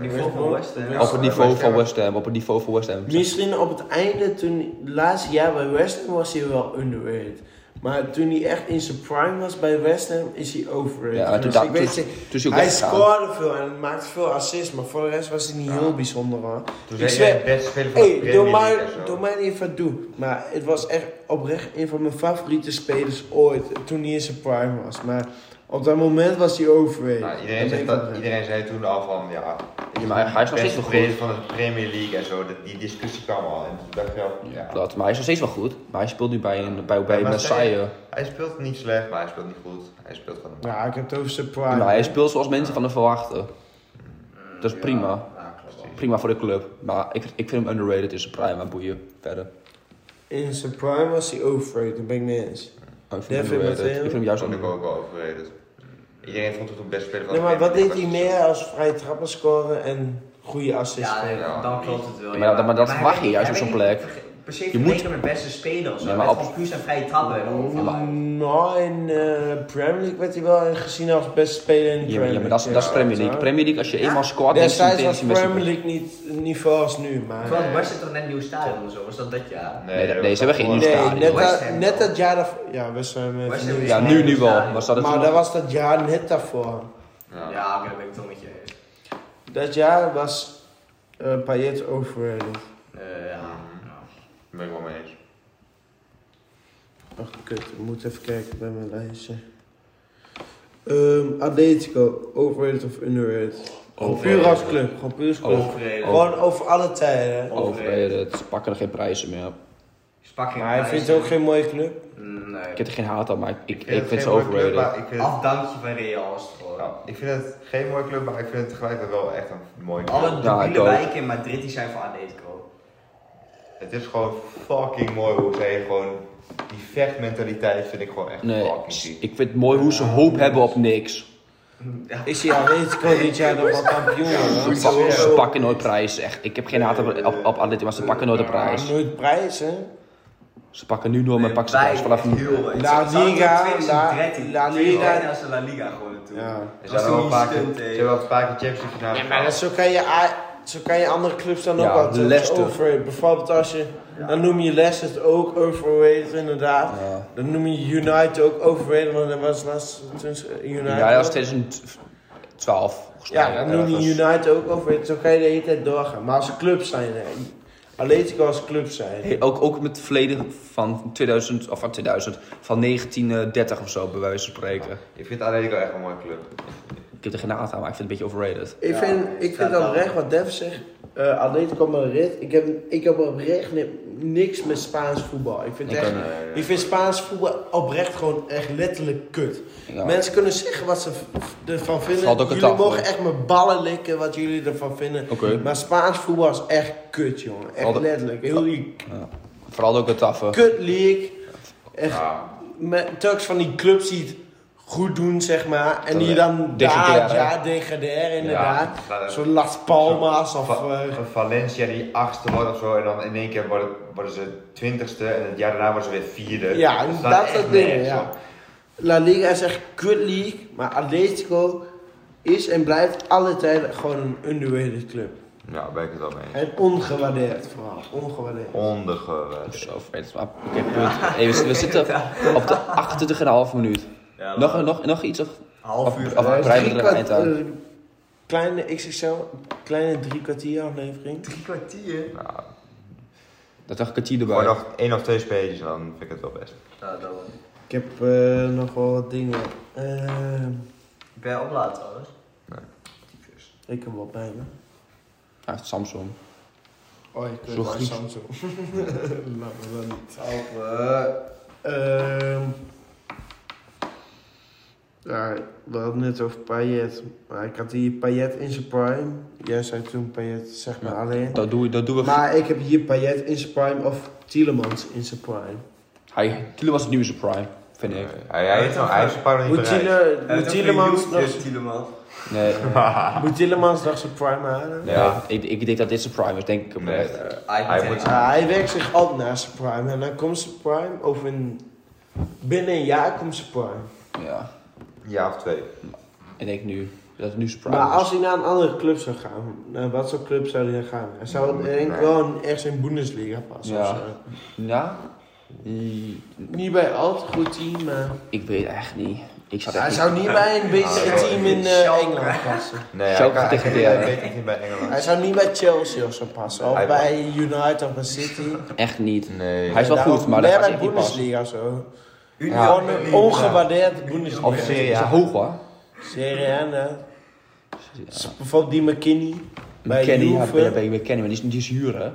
D: niveau van West Ham.
A: op het niveau
C: West
A: van
C: Ham.
A: West Ham, op het niveau van West Ham.
B: Misschien op het einde, toen, het laatste jaar bij West Ham was hij wel underrated. Maar toen hij echt in zijn prime was bij West Ham, is hij overrated.
A: Ja, toen
B: Dus
A: dat-
B: ik weet
A: toen-
B: niet-
A: toen is hij ook
B: hij
A: weggegaan.
B: scoorde veel en maakte veel assists, maar voor de rest was hij niet heel bijzonder hoor.
C: Toen
B: Ik
C: zei jij
B: zweer,
C: het beste speler van de
B: hey,
C: Premier
B: doe
C: League
B: mij,
C: en zo.
B: doe mij niet van doe. Maar het was echt oprecht een van mijn favoriete spelers ooit, toen hij in zijn prime was. Maar op dat moment was hij overrated.
C: Nou, iedereen,
B: Dat
C: zegt
B: weet ik
C: dat,
B: wel.
C: iedereen zei toen al van ja,
A: Ja, maar hij is nog steeds
C: beste
A: wel goed.
C: speler van de Premier League en zo. dat- Die discussie kwam al. En toen dacht ik wel, ja.
A: Dat, maar hij is nog steeds wel goed. Maar hij speelt nu bij, een, bij, bij
C: Ja, maar
A: Marseille.
C: Hij speelt niet slecht, maar hij speelt niet goed. Hij speelt gewoon.
B: Ja, ik heb het over zijn prime.
A: Nou, hij speelt zoals mensen van hem verwachten. Oh, Dat is prima.
D: Ja, klopt wel.
A: Prima voor de club. Maar ik, ik vind hem underrated in zijn prime, maar boeien. Verder. Oh,
B: In zijn prime was hij overrated, dat ben ik mee eens.
A: Maar ik vind
B: Ja,
A: hem
B: vind je
A: underrated.
B: Matteo?
A: Ik vind hem
C: Dat
A: juist
C: vond ik
A: underrated.
C: ook wel overreden. dus Iedereen vond het een best speler van
B: Nee,
C: de
B: maar wat
C: Premier
B: deed hij
C: League,
B: meer als vrije trappen scoren en goede assists
D: Ja,
B: geven?
D: ja, dan klopt het wel.
A: Ja, maar dat- maar dat
D: hij
A: verwacht je
D: werd-
A: juist
D: hij
A: op zo'n
D: werd niet
A: plek.
D: verge- Per se
A: Je moet-
D: vergeleken met beste spelers.
A: Ja,
D: Hij
A: maar
D: werd
A: op-
D: gewoon puur zijn vrije trappen. en dan-
A: Ja, maar-
B: Nou, in eh Premier League werd hij wel gezien als beste speler in de
A: Ja, maar-
B: Premier
A: ja, maar dat is,
B: League,
A: dat is
B: ja.
A: Premier League. Premier League, als je eenmaal scoort, dan is hij
B: Destijds
A: meteen
B: was
A: die Messi.
B: Premier League niet het niveau als nu, maar...
D: Terwijl het West Ham toch net een nieuw stadion en zo, was dat dat jaar?
A: Nee, dat- nee, ze hebben geen
C: was
A: nieuw
B: Nee,
A: stadion.
B: net,
D: West
B: dat,
D: Ham
B: net
D: wel.
B: dat jaar daarvoor... Ja, West Ham heeft
D: West
B: nu-
D: Ham
A: Ja, nu, nu wel. Was dat het
B: Maar
A: toen
B: dat
A: nog?
B: was dat jaar net daarvoor.
C: Ja.
D: Ja, oké, dat ben ik toch met je eens.
B: Dat jaar was eh Payet overrated.
D: Eh, ja,
A: Mhm.
D: ja.
C: Daar ben ik wel mee eens.
B: Ach, kut. Ik moet even kijken bij mijn lijstje. Ehm Atletico, overrated of underrated? Gewoon puur als club, gewoon puur als club.
D: Overreden.
B: Gewoon over alle tijden. hè.
A: Overrated. Ze pakken er geen prijzen meer.
D: Ze pakken geen
B: Maar hij
D: prijs.
B: vindt ook geen mooie club.
A: Ik
D: Nee.
A: heb er geen haat aan, maar ik, ik,
C: het
A: vind ze
C: geen mooie club,
A: overrated.
C: maar ik vind het-
D: Afdankje van Real is het gewoon.
C: Ja, ik vind het geen mooie club, maar ik vind het tegelijkertijd wel echt een mooie club.
D: Alle
A: Ja, ik
D: debiele
A: ook.
D: wijken in Madrid die zijn van Atletico.
C: Het is gewoon fucking mooi hoe zij gewoon... Die vechtmentaliteit vind ik gewoon echt
A: Nee,
C: fucking ziek.
A: ik vind het mooi hoe ze hoop hebben op niks.
D: Ja.
B: Ik zie Atletico dit jaar nog wel kampioen. hoor.
A: Ze, pa- ze pakken nooit prijs, echt. Ik heb geen haat op, op, op Atletico, maar ze pakken nooit een
B: Maar
A: prijs.
B: nooit prijzen.
A: Ze pakken nu door, maar
D: Nee,
A: pakken ze prijs
D: wij-
A: vanaf nu.
D: heel
B: La
D: erg. Ze zaten in
B: Liga,
D: 2013.
B: La- La
D: Tweede
B: Liga.
D: als ze La Liga gewoon toe.
B: Ja.
C: Ze
D: Dat is
C: hebben
D: een
C: wel
D: eh,
C: een paar keer-
D: stunt,
C: ze
D: hè.
C: hebben wel een paar keer Champions League gedaan.
B: Ja, maar dat- zo kan je, A- zo kan je andere clubs dan ook
A: Ja,
B: altijd
A: Leicester.
B: overrated. Bijvoorbeeld als je, dan noem je Leicester ook overrated inderdaad.
A: Ja.
B: Dan noem je United ook overrated, want dat was laatst toen ze- United.
A: Ja, dat was
B: ook.
A: 2012. volgens mij.
B: Ja, dan noem je
A: ergens.
B: United ook overrated. Zo kan je de hele tijd doorgaan. Maar als club zijn, hè. Atletico als club zijn.
A: Hey, Ook, ook met het verleden van 2000, of van 2000, van 1930 of zo, bij wijze van spreken.
C: Ik vind Atletico echt een mooie club.
A: Ik heb er geen haat aan, maar ik vind het een beetje overrated.
B: Ik
D: Ja,
B: vind,
D: nee,
B: ik
D: staat
B: vind dat
D: wel.
B: recht wat Def zegt. eh Atletico Madrid. Ik heb, ik heb oprecht ni- niks met Spaans voetbal. Ik vind,
A: Ik
B: echt,
A: ook niet.
B: ik vind Spaans voetbal oprecht gewoon echt letterlijk kut.
A: Ja.
B: Mensen kunnen zeggen wat ze v- ervan vinden.
A: Nou. Valt ook het
B: jullie
A: af,
B: mogen
A: hoor.
B: echt mijn ballen likken wat jullie ervan vinden.
A: Oké.
B: Maar Spaans voetbal is echt kut, jongen. Echt
A: Valt-
B: letterlijk. Heel die
A: Ja. Vooral ook het taffe.
B: kut league. Echt
C: Ja,
B: met telkens van die clubs die het goed doen, zeg maar. En
A: Dat
B: die
A: we-
B: dan
A: degraderen.
B: daar, ja, degraderen inderdaad.
C: Ja, dat-
B: Zo'n Las Palmas of...
C: Va-
B: eh,
C: Valencia die achtste wordt of zo en dan in één keer worden, worden ze twintigste en het jaar daarna worden ze weer vierde.
B: ja,
C: Dus
B: dat
C: is
B: soort
C: nergens
B: dingen, ja.
C: op.
B: La Liga is echt kut league, maar Atletico is en blijft alle tijden gewoon een underrated club.
C: Ja, ben ik het al mee. eens.
B: En ongewaardeerd vooral, ongewaardeerd.
C: Ondergewijs.
A: Dus overrated, maar oké, punt. Hey, we, we zitten op de 28,5 minuut.
D: Ja,
A: Nog, nog, nog iets of
D: half uur.
A: Of- of-
B: Eh,
A: breiden
B: drie
A: er een eind aan.
B: eh, Kleine XXL, kleine drie kwartier aflevering.
D: Drie kwartier.
C: Nou,
A: Dat dacht ik het hier
C: gewoon
A: erbij.
C: nog één of twee spelletjes en dan vind ik het wel best.
D: Nou, dat wordt.
B: Ik heb eh, nog wel wat dingen. Eh,
D: Ik ben oplaad trouwens.
B: ik heb wat bij me.
A: Ja, Samsung.
B: Oh, ik
A: Zo Grieks.
B: Samsung. Laat me wel niet.
D: Over.
B: Ehm ja, we hadden het net over Payet. Maar ik had die Payet in zijn prime. Jij zei toen Payet, zeg maar,
A: Ja.
B: alleen.
A: Dat doen, dat doen we.
B: Maar ik heb hier Payet in zijn prime of Tielemans in zijn prime.
A: Hij, Tilo was het nieuwe prime. vind ik.
C: Hij, hij heeft zo'n ijzerparm niet
B: Moet
C: bereikt.
B: Tiele- moet Tielemans nog-
D: Tielemans.
A: Nee,
B: moet Tielemans nog zijn prime halen?
A: nee,
C: Ja.
A: Ik, ik denk dat dit zijn prime is, denk ik
C: Nee.
A: oprecht.
C: Hij moet-
B: Ah, hij werkt zich altijd naar zijn prime. En dan komt zijn prime, of in, binnen een jaar komt zijn prime.
A: Ja.
C: Ja of twee.
A: Ik denk nu, dat het nu zijn prime
B: Maar
A: is.
B: als hij naar een andere club zou gaan, naar wat voor club zou hij dan gaan? Hij zou
C: Nee.
B: denk ik wel in- ergens in Bundesliga passen
A: Ja.
B: of zo.
A: Ja? I-
B: Niet bij al te goed team, maar...
A: Ik weet echt niet. Ik zat echt
B: Hij
A: niet-
B: zou niet bij een
C: Ja,
B: betere team in eh,
D: Schalke.
B: Engeland passen.
C: Nee, hij
A: Schalke
C: kan hij
A: tegen
C: kan-
A: Bayern.
C: hij weet het niet bij Engeland.
B: Hij zou niet bij Chelsea of zo passen. Of
C: Hij-
B: bij United of bij City.
A: Echt niet.
C: Nee.
A: Hij is wel
B: Daarom-
A: goed, maar dat was
B: bij
A: echt niet pas.
B: Bundesliga of zo.
D: Union
B: Gewoon
D: Berlin.
B: een ongewaardeerd Bundesliga.
C: Of Serie
A: Is
C: A.
A: dat hoog hoor.
B: Serie A, hè. S- Bijvoorbeeld die McKinney. Bij
A: Kenny, ja,
B: Juve.
A: ben ben- ben Kenny, maar die is, die is huren.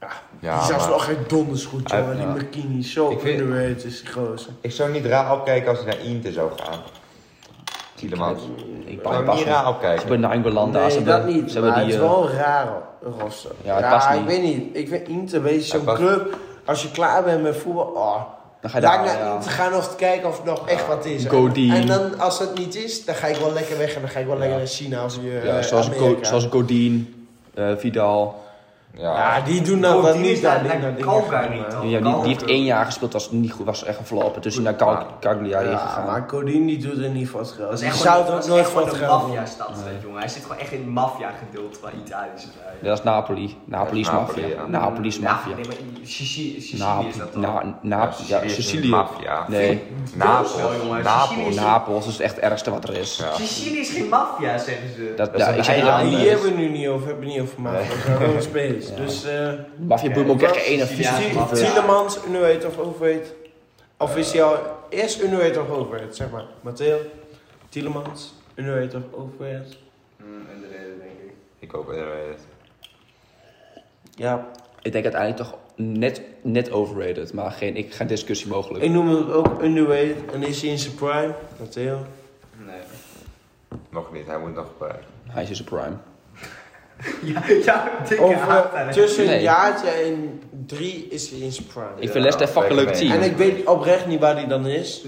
B: die is
C: Ja,
B: zelfs
C: maar
B: nog geen donders goed,
C: Hij-
B: jongen. Die
A: ja.
B: McKinney. Zo
C: Ik vind-
B: underrated is die gozer.
C: ik zou niet raar opkijken als hij naar Inter zou gaan. Tielemans.
A: Ik
C: Ik
A: ben
C: zou niet raar
A: Ze hebben
C: opkijken.
A: Nainggolan daar.
B: nee,
A: ze
B: dat
A: hebben-
B: niet.
A: Ze hebben
B: maar
A: die...
B: het is
A: eh,
B: wel een raar roster.
A: Ja, het past
B: Ik
A: niet.
B: weet niet. Ik vind Inter, weet je,
C: Het
B: zo'n
C: past-
B: club. Als je klaar bent met voetbal, oh,
A: Dan ga je
B: laat ik
A: daar...
B: naar
A: ja.
B: Inter gaan of te kijken of het nog echt wat is.
A: Godin.
B: En dan, als dat niet is, dan ga ik wel lekker weg en dan ga ik wel lekker naar China of eh,
A: Ja, zoals,
B: Amerika.
A: Go, zoals Godin, eh, Vidal.
C: Ja.
B: Ja, die doen nou
D: Bovendien
B: wat niet
D: is dat
B: daar niet
D: naar
B: naar dingen
D: Kalka
B: gaan,
D: niet,
B: maar-
D: toch?
A: Ja, die, die heeft één jaar gespeeld, was niet goed, was echt een flop. En toen is hij naar Cal- Cagliari
B: Ja,
A: gegaan.
B: maar Godin die doet er niet voor het geld.
D: Dat is
B: Die
D: echt
B: zou het
D: gewoon- dat
B: ook
D: is
B: nooit
D: echt
B: voor
D: gewoon
B: het
D: een
B: geld doen.
D: maffia-stad, weet je, jongen. Hij zit gewoon echt in het maffia-geduld van Italië.
A: Ja, dat is Napoli. Napoli is
C: Ja, Napoli,
A: maffia.
C: ja.
A: Napoli is maffia.
D: Nee, maar Sicilië Sicilië is dat
A: Napoli.
D: toch?
A: Na, na, ja, Sicilië.
C: Mafia.
A: Nee,
D: Wel, jongen,
C: Napels.
D: Sicilië
C: Napels.
D: is-
A: Napels is echt het ergste wat er is.
C: Ja.
D: Sicilië is geen maffia, zeggen ze.
A: Dat,
C: Dat
A: ja,
C: is
A: ik
C: een
A: zeg
B: Ja,
A: dat
C: eiland.
B: die
C: anders.
B: hebben we nu niet over, hebben we niet over gemaakt. Dat zijn gewoon spelers. Dus eh
A: Maffia boeit me ook echt geen ene
D: Sicilië-
A: vies.
D: Ja.
B: Tielemans, Unuet of Overheid. Of is hij al eerst Unuet of Overheid, zeg maar. Matteo, Tielemans, Unuet of Overheid.
D: Mm, en de reden, denk ik.
C: Ik ook. eh,
B: Ja,
A: Ik denk uiteindelijk toch net, net overrated, maar geen, ik, geen discussie mogelijk.
B: ik noem hem ook Unuet en is hij in zijn prime. Matteo.
D: Nee.
C: Nog niet, hij moet nog eh, bereiken.
A: Hij is in zijn prime.
D: Ja, ja, dikke
B: Of
D: haat
B: eh,
D: daar, hè.
B: tussen een
A: Nee.
B: jaartje en drie is hij in zijn prime.
A: Ik vind Leicester fucking leuk
C: Ja.
B: En
A: team.
B: ik weet oprecht niet waar hij dan is.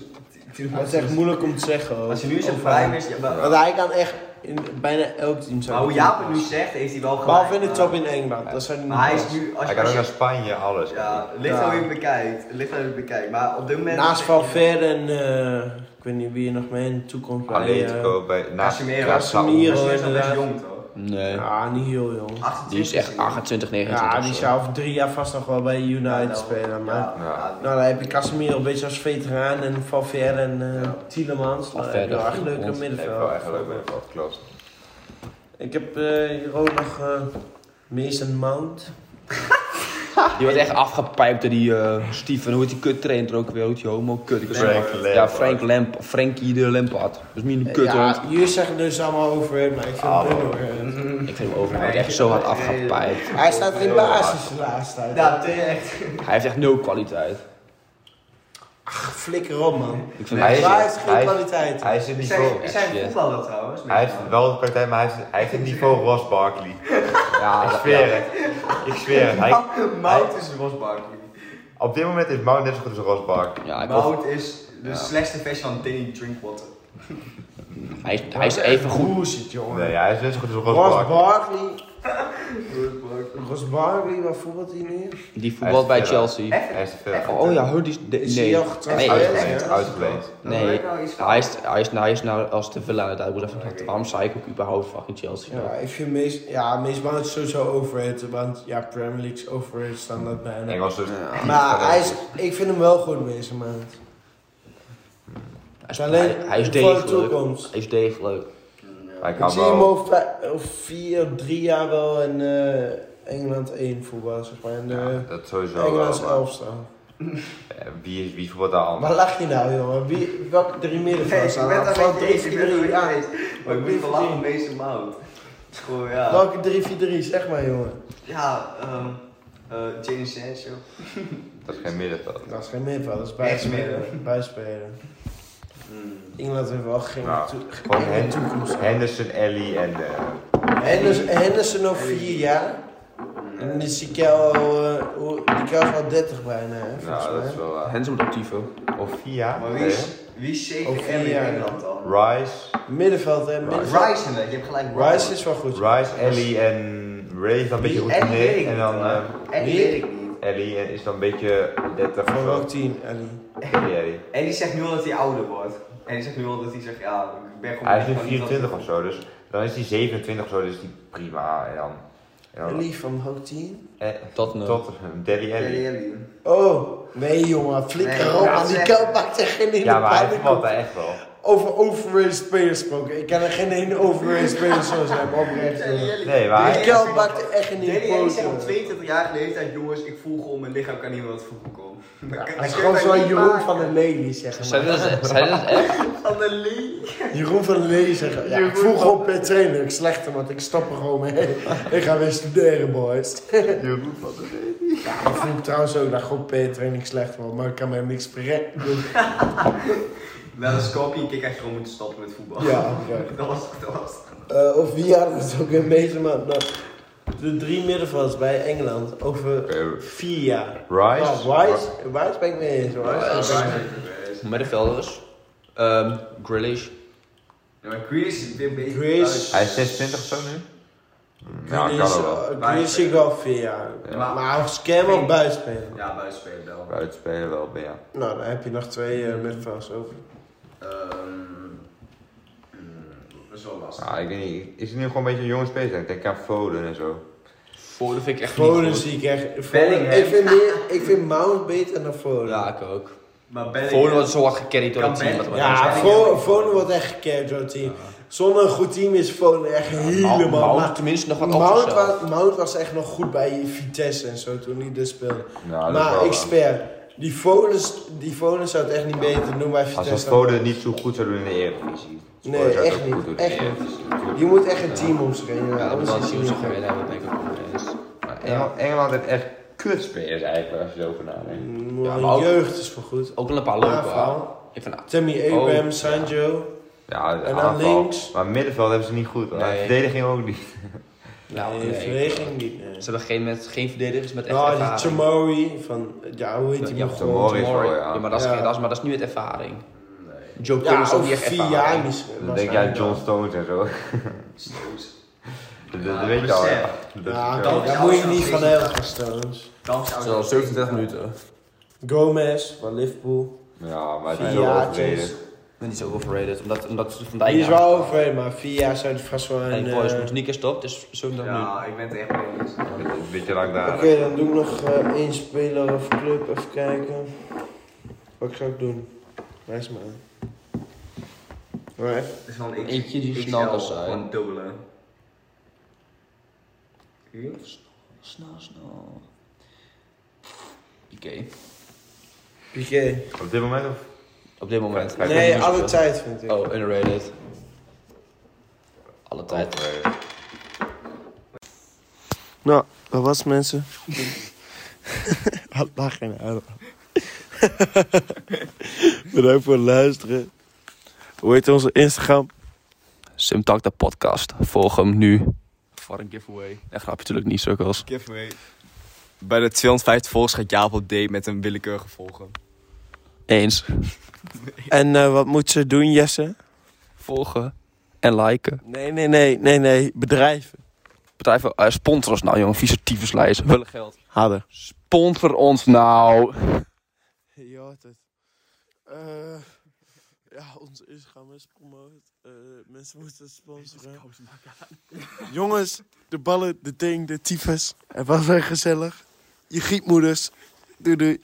B: Maar het
D: Als
B: is echt moeilijk om te zeggen. hoor.
D: dus- als je nu zegt
B: Of,
D: prime is, ja, maar,
B: Want hij kan echt in bijna elk team zijn.
D: maar hoe Nou, Jaap het nu zegt, heeft hij wel gelijk.
B: Behalve in de top in Engeland. Dat zijn
D: Maar hij is nu, als
C: Hij
D: je,
C: kan
D: als
C: ook naar
D: je
C: Spanje, alles.
D: ja, het ligt
B: Ja.
D: aan wie je het bekijkt, het ligt aan wie je het bekijkt, maar op dit moment...
B: Naast Valverde en eh, ik weet niet wie er nog mee in de toekomst
C: Atletico bij... na-
D: Casemiro.
C: Ja,
B: Casemiro.
D: Casemiro is nog best
B: inderdaad.
D: jong, toch?
A: Nee,
B: eh, Ja, niet heel jong.
D: 28
A: die is echt
D: hij.
A: 28,
B: Ja,
A: 29.
B: die
A: of zo.
B: zou over drie jaar vast nog wel bij
D: Ja,
B: United
D: nou,
B: spelen. Maar...
D: ja,
C: Ja.
B: Nou, dan heb je Casemiro een beetje als veteraan en Valverde en eh
D: Ja.
B: Tielemans. Dan heb je
A: Valverde,
B: wel echt
A: goed,
B: leuke
A: ons-
C: Ik wel echt leuk
B: middenveld.
C: met de bal, klopt.
B: Ik heb eh, hier ook nog eh, Mason Mount.
A: Die wordt echt afgepijpt door die eh Steven, hoe heet die kut trainer ook weer, hoe heet die homo kut. Ik weet
C: Frank
A: het niet.
C: Lampard.
A: Ja, Frank Lampard, Frankie de Lampard. Dat is niet een kut
B: ja, jullie zeggen dus allemaal over hem, maar ik vind het wel hoor.
A: Ik vind hem overal echt zo hard afgepijpt.
B: Hij staat geen basis de laatste tijd.
D: Ja, terecht.
A: Hij heeft echt nul kwaliteit.
B: Flikker op man.
A: Ik vind
C: Hij is-
A: hem
B: Hij heeft geen
C: hij is-
B: kwaliteit.
C: Hij is het
D: Is
C: niveau...
D: hij, is hij
A: shit.
D: een voetballer trouwens?
C: Hij heeft wel de kwaliteit, maar hij heeft, hij heeft het niveau Ross Barkley.
A: ja,
C: Ik
A: dat-
C: zweer het. Ik zweer het. Hij,
D: Mout is Rosbach.
C: op dit moment is Mount net zo goed als Ross Barkley.
A: ja, ik hoop-
D: Mout is de slechtste versie van Danny Drinkwater.
A: hij, is- hij is even goed.
B: Hoe zit jongen?
C: Nee, hij is net zo goed als Ross
B: Ross
C: Barkley.
B: Barkley. Ross Barkley, waar voetbalt hij nu?
A: Die voetbalt bij
C: verder.
A: Chelsea.
C: Hij is te veel.
D: Echt?
A: Oh ja, hoor, die is... de-
B: Is
A: nee.
B: hij al getransfereerd?
A: Nee.
C: Uitgeleend,
B: Ja.
C: uitgeleend.
A: Nee,
D: nou
A: hij is, hij is, hij is nou als de Villa uit. Ik moet even vragen, waarom zei ik ook überhaupt fucking Chelsea?
B: Ja, ik vind meest, ja, meest Mount is sowieso overrated, want ja, Premier League's overrated staan dat bijna.
C: Engels dus.
B: Maar hij is, ik vind hem wel goed Mason Mount.
A: Hij is,
B: Alleen
A: hij, hij is
B: voor de
A: degelijk.
B: toekomst.
A: Hij is degelijk.
C: Hij
B: Ik
C: kan
B: zie hem
C: wel.
B: over vij- over vier, drie jaar wel in eh, Engeland 1 voetbal, zeg maar. In
C: Ja,
B: de
C: dat sowieso
B: Engelandse
C: wel.
B: elf staan.
C: maar, eh, Wie is wie voetbalt daar
B: Waar
C: anders?
B: lach je nou, jongen? Wie, welke drie
D: Nee,
B: middenvelders
D: ik
B: staan?
D: ben
B: er?
D: het
B: Van
D: wel eens.
B: 3
D: Ik ben het
B: 4
D: wel
B: ja.
D: eens. Maar ik moet wel lachen om Mason Mount. Gewoon ja.
B: Welke 3 4 3 zeg maar, jongen?
D: Ja, ehm eh James Sancho.
C: Dat is geen middenveld.
B: Dat is geen middenveld, dat is
D: Rechtsmidden.
B: bijspelen. bijspelen.
C: Mm,
B: Engeland heeft wel geen
C: Nou,
B: toe-
C: Gewoon
B: geen
C: Hen-
B: toekomst.
C: Henderson, Ellie en... eh,
D: Mm.
B: Henderson, Henderson over vier jaar. En die Sikel, eh, hoe- die Sikel is al 30 bijna, hè, volgens
C: Nou, dat
B: mij.
C: is wel waar.
A: Hands op de tyfo.
C: Of Via.
D: Maar wie is, wie is zeker
B: Over vier
D: Emmy
B: jaar.
D: in Nederland dan?
C: Rice.
B: Middenveld, hè? Middenveld.
D: Rice inderdaad, je hebt gelijk.
B: Rice is wel goed.
C: Rice, Ellie en Ray is dan een beetje
D: Ellie weet
C: routine.
D: ik
C: En
D: niet,
C: dan
D: hoor.
C: eh,
D: Ellie
B: Wie?
D: weet ik niet.
C: Ellie eh, is dan een beetje 30 of
B: Van
C: zo.
B: welk team, Ellie?
C: Ellie, Ellie.
D: Ellie zegt nu al dat hij ouder wordt. Ellie zegt nu al dat hij zegt, ja, ik ben gewoon...
C: Hij is
D: ik
C: nu
D: ben gewoon niet
C: 24 of zo, dus dan is hij 27 of zo, dus die prima. En dan. En dan
B: Ellie van welk team?
C: eh,
A: Dat nou.
C: tot Daddy
D: dat-
C: Ellie.
D: Ellie, Ellie.
B: Oh, nee jongen, flikker
D: Nee,
B: op.
D: ja,
B: man. die
D: zeg-
B: Kel pakt er geen in
C: Ja,
B: op,
C: maar hij
B: man. Ik
C: voetbalt daar echt wel.
B: Over overrated spelers gesproken. Ik kan er geen ene overrated speler zo zijn, maar oprecht. jongen.
C: Nee, maar
B: Die
C: hij.
B: Kel pakt er echt geen
D: Nee,
B: in
D: nee, ik zeg op
B: op.
D: 22 jaar leeftijd, jongens, ik voel gewoon mijn lichaam kan niet meer wat voetbal komen.
B: Hij is gewoon zo'n Jeroen van der
D: de
B: Lely, zeg maar.
A: Zijn dat, zijn dat echt?
D: Van de Lee.
B: Jeroen van der Lely zeggen. Ja, ik vroeg op per trainer, ik slechter, want ik stap er gewoon mee. ik ga weer studeren, boys. Ik vroeg trouwens ook dat ik op per training slecht was, maar ik kan mij niks verrekken.
D: Na de Scorpion kick had je gewoon moeten stoppen met voetbal.
B: Ja, oprecht.
D: Dat was, dat was.
B: Eh, of wie had het ook in deze maand? Nou, de drie middenvelders bij Engeland over
C: Eh,
B: vier jaar.
C: Rice.
B: Nou, Rice, Rice ben ik mee eens. Rice.
D: Dat
A: is-
D: was geweest.
A: Middenvelders. Ehm Grealish.
D: Ja, maar Grealish is weer beter.
B: Grealish.
C: Hij is 26 of zo nu? Nou,
B: Grealish,
C: kan er wel.
B: eh, Grealish zie ik wel vier jaar.
D: Maar-
B: Maar als Cam ook buitenspelen.
D: Ja, buitenspelen wel.
C: Buitenspelen wel, maar ja.
B: Nou, dan heb je nog twee eh, middenvelders over.
D: Ehm, mm, dat is wel lastig.
A: Ah.
C: Nou, ik weet niet. Is het nu gewoon een beetje een jonge speler? Ik denk aan Foden en zo.
A: Foden vind ik echt
B: Foden
A: niet goed.
B: zie ik echt... Foden,
D: Bellingham.
B: ik, vind meer, ik vind Mount beter dan Foden.
A: Ja, ik ook.
D: Maar ben
A: Foden wordt zo hard gecarried door
D: Kan
A: het team.
D: Bellingham.
A: wat we net
B: Ja,
A: zeiden.
B: Fo- Foden wordt echt gecared door het team. Zonder een goed team is Foden echt helemaal...
A: Mount tenminste nog wat
B: Mount
A: anders.
B: was, Mount was echt nog goed bij Vitesse en zo toen hij dus speelde.
C: Nou, dat is
B: maar
C: wel
B: ik
C: waar.
B: zweer, die Foden, die Foden zou het echt niet beter doen bij
C: Als
B: Vitesse.
C: een Foden niet zo goed zou doen in de Eredivisie.
B: Nee,
C: Foden zou het
B: echt
C: ook goed
B: niet,
C: doen in de
B: echt niet.
C: Eredivisie, natuurlijk.
B: Je moet echt een team omschrijven.
A: Ja, dat
B: anders
A: is
B: is het
A: wel
B: niet
A: zo
B: goed.
A: gewend hebben, denk ik ook wel eens.
C: Maar Engel- Engeland heeft echt kutspelers eigenlijk, als je erover nadenkt.
A: Ja,
B: Een
A: maar ook-
B: jeugd is wel goed.
A: Ook wel een paar
B: Ja,
A: leuke hoor.
B: vooral.
A: Ik vind nou,
B: Tammy Abraham, Sanjo.
C: Ja, de
B: En dan
C: aanval.
B: links.
C: Maar middenveld hebben ze niet goed. hoor.
A: Nee.
C: Verdediging ook niet.
A: nou,
B: Nee,
A: nee.
B: verdediging eh, niet. nee.
A: Ze hebben geen, met, geen verdedigers met echt
B: Nou, die
A: ervaring.
B: Tomori van, ja, hoe heet die?
A: Ja,
B: nog
C: Tomori.
B: gewoon?
C: is wel,
A: Tomori.
C: ja.
A: Ja, maar dat is,
B: Ja.
A: geen- dat is- maar dat is nu met ervaring.
D: Nee,
A: Joe
B: Ja,
A: Thomas ook
B: over
A: niet echt
B: vier
A: ervaring.
B: jaar misschien.
C: Dan denk je aan
B: waarschijnlijk
C: John Stones en zo.
D: Stones.
C: Dat,
D: Ja,
C: dat weet je al.
D: besef.
C: ja. Dat is-
B: Ja,
D: dat-
B: daar moet je niet van hebben, Stones.
D: Dan zou
A: Dat
D: ik-
A: is al 37 minuten.
B: Gomez van Liverpool.
C: Ja, maar het is
B: Vier
C: wel
B: jaar.
C: overleden.
A: Maar niet zo overrated, omdat, omdat ze van Dijk...
B: Die is wel over, maar vier jaar zou het vast wel een...
A: En
B: eh,
A: Boys moet niet keer stoppen, dus 37 minuten.
D: Ja, ik ben het echt mee eens.
C: Het is een beetje lang
B: Oké,
C: daar.
B: dan doe ik nog eh, één speler of club, even kijken. Wat zou ik doen? Wijs me aan. Alright.
D: Het is wel een
A: Eentje die
D: XL,
A: sneller zijn.
D: Gewoon dubbele. Wie?
A: Snel, snel. Oké.
B: Piqué.
C: Op dit moment of?
A: Op dit moment.
C: Hij
B: Nee,
A: Nu
B: alle
A: speelt.
B: tijd vind ik.
A: Oh, underrated. Alle tijd.
C: Overleden.
B: Nou, dat was het, mensen. Had lag geen huil. Bedankt voor het luisteren. Hoe heet onze Instagram?
A: Simtak de podcast. Volg hem nu. Voor een giveaway. Een grapje natuurlijk niet, cirkels.
D: Giveaway. Bij de 250 volgers gaat Jaap op date met een willekeurige volger.
A: Eens.
B: En eh, wat moet ze doen, Jesse?
A: Volgen. En liken.
B: Nee, nee, nee, nee, nee. Bedrijven.
A: Bedrijven, eh, sponsor ons nou, jongen. Vieze tyfuslijst. Willen geld.
B: Hadden.
A: Sponsor ons nou.
B: Je hoort het. Eh, ja, onze Instagram is promoot. Eh, mensen moeten sponsoren. Jongens, de ballen, de ding, de tyfus. Het was weer gezellig. Je gietmoeders. Doei doei.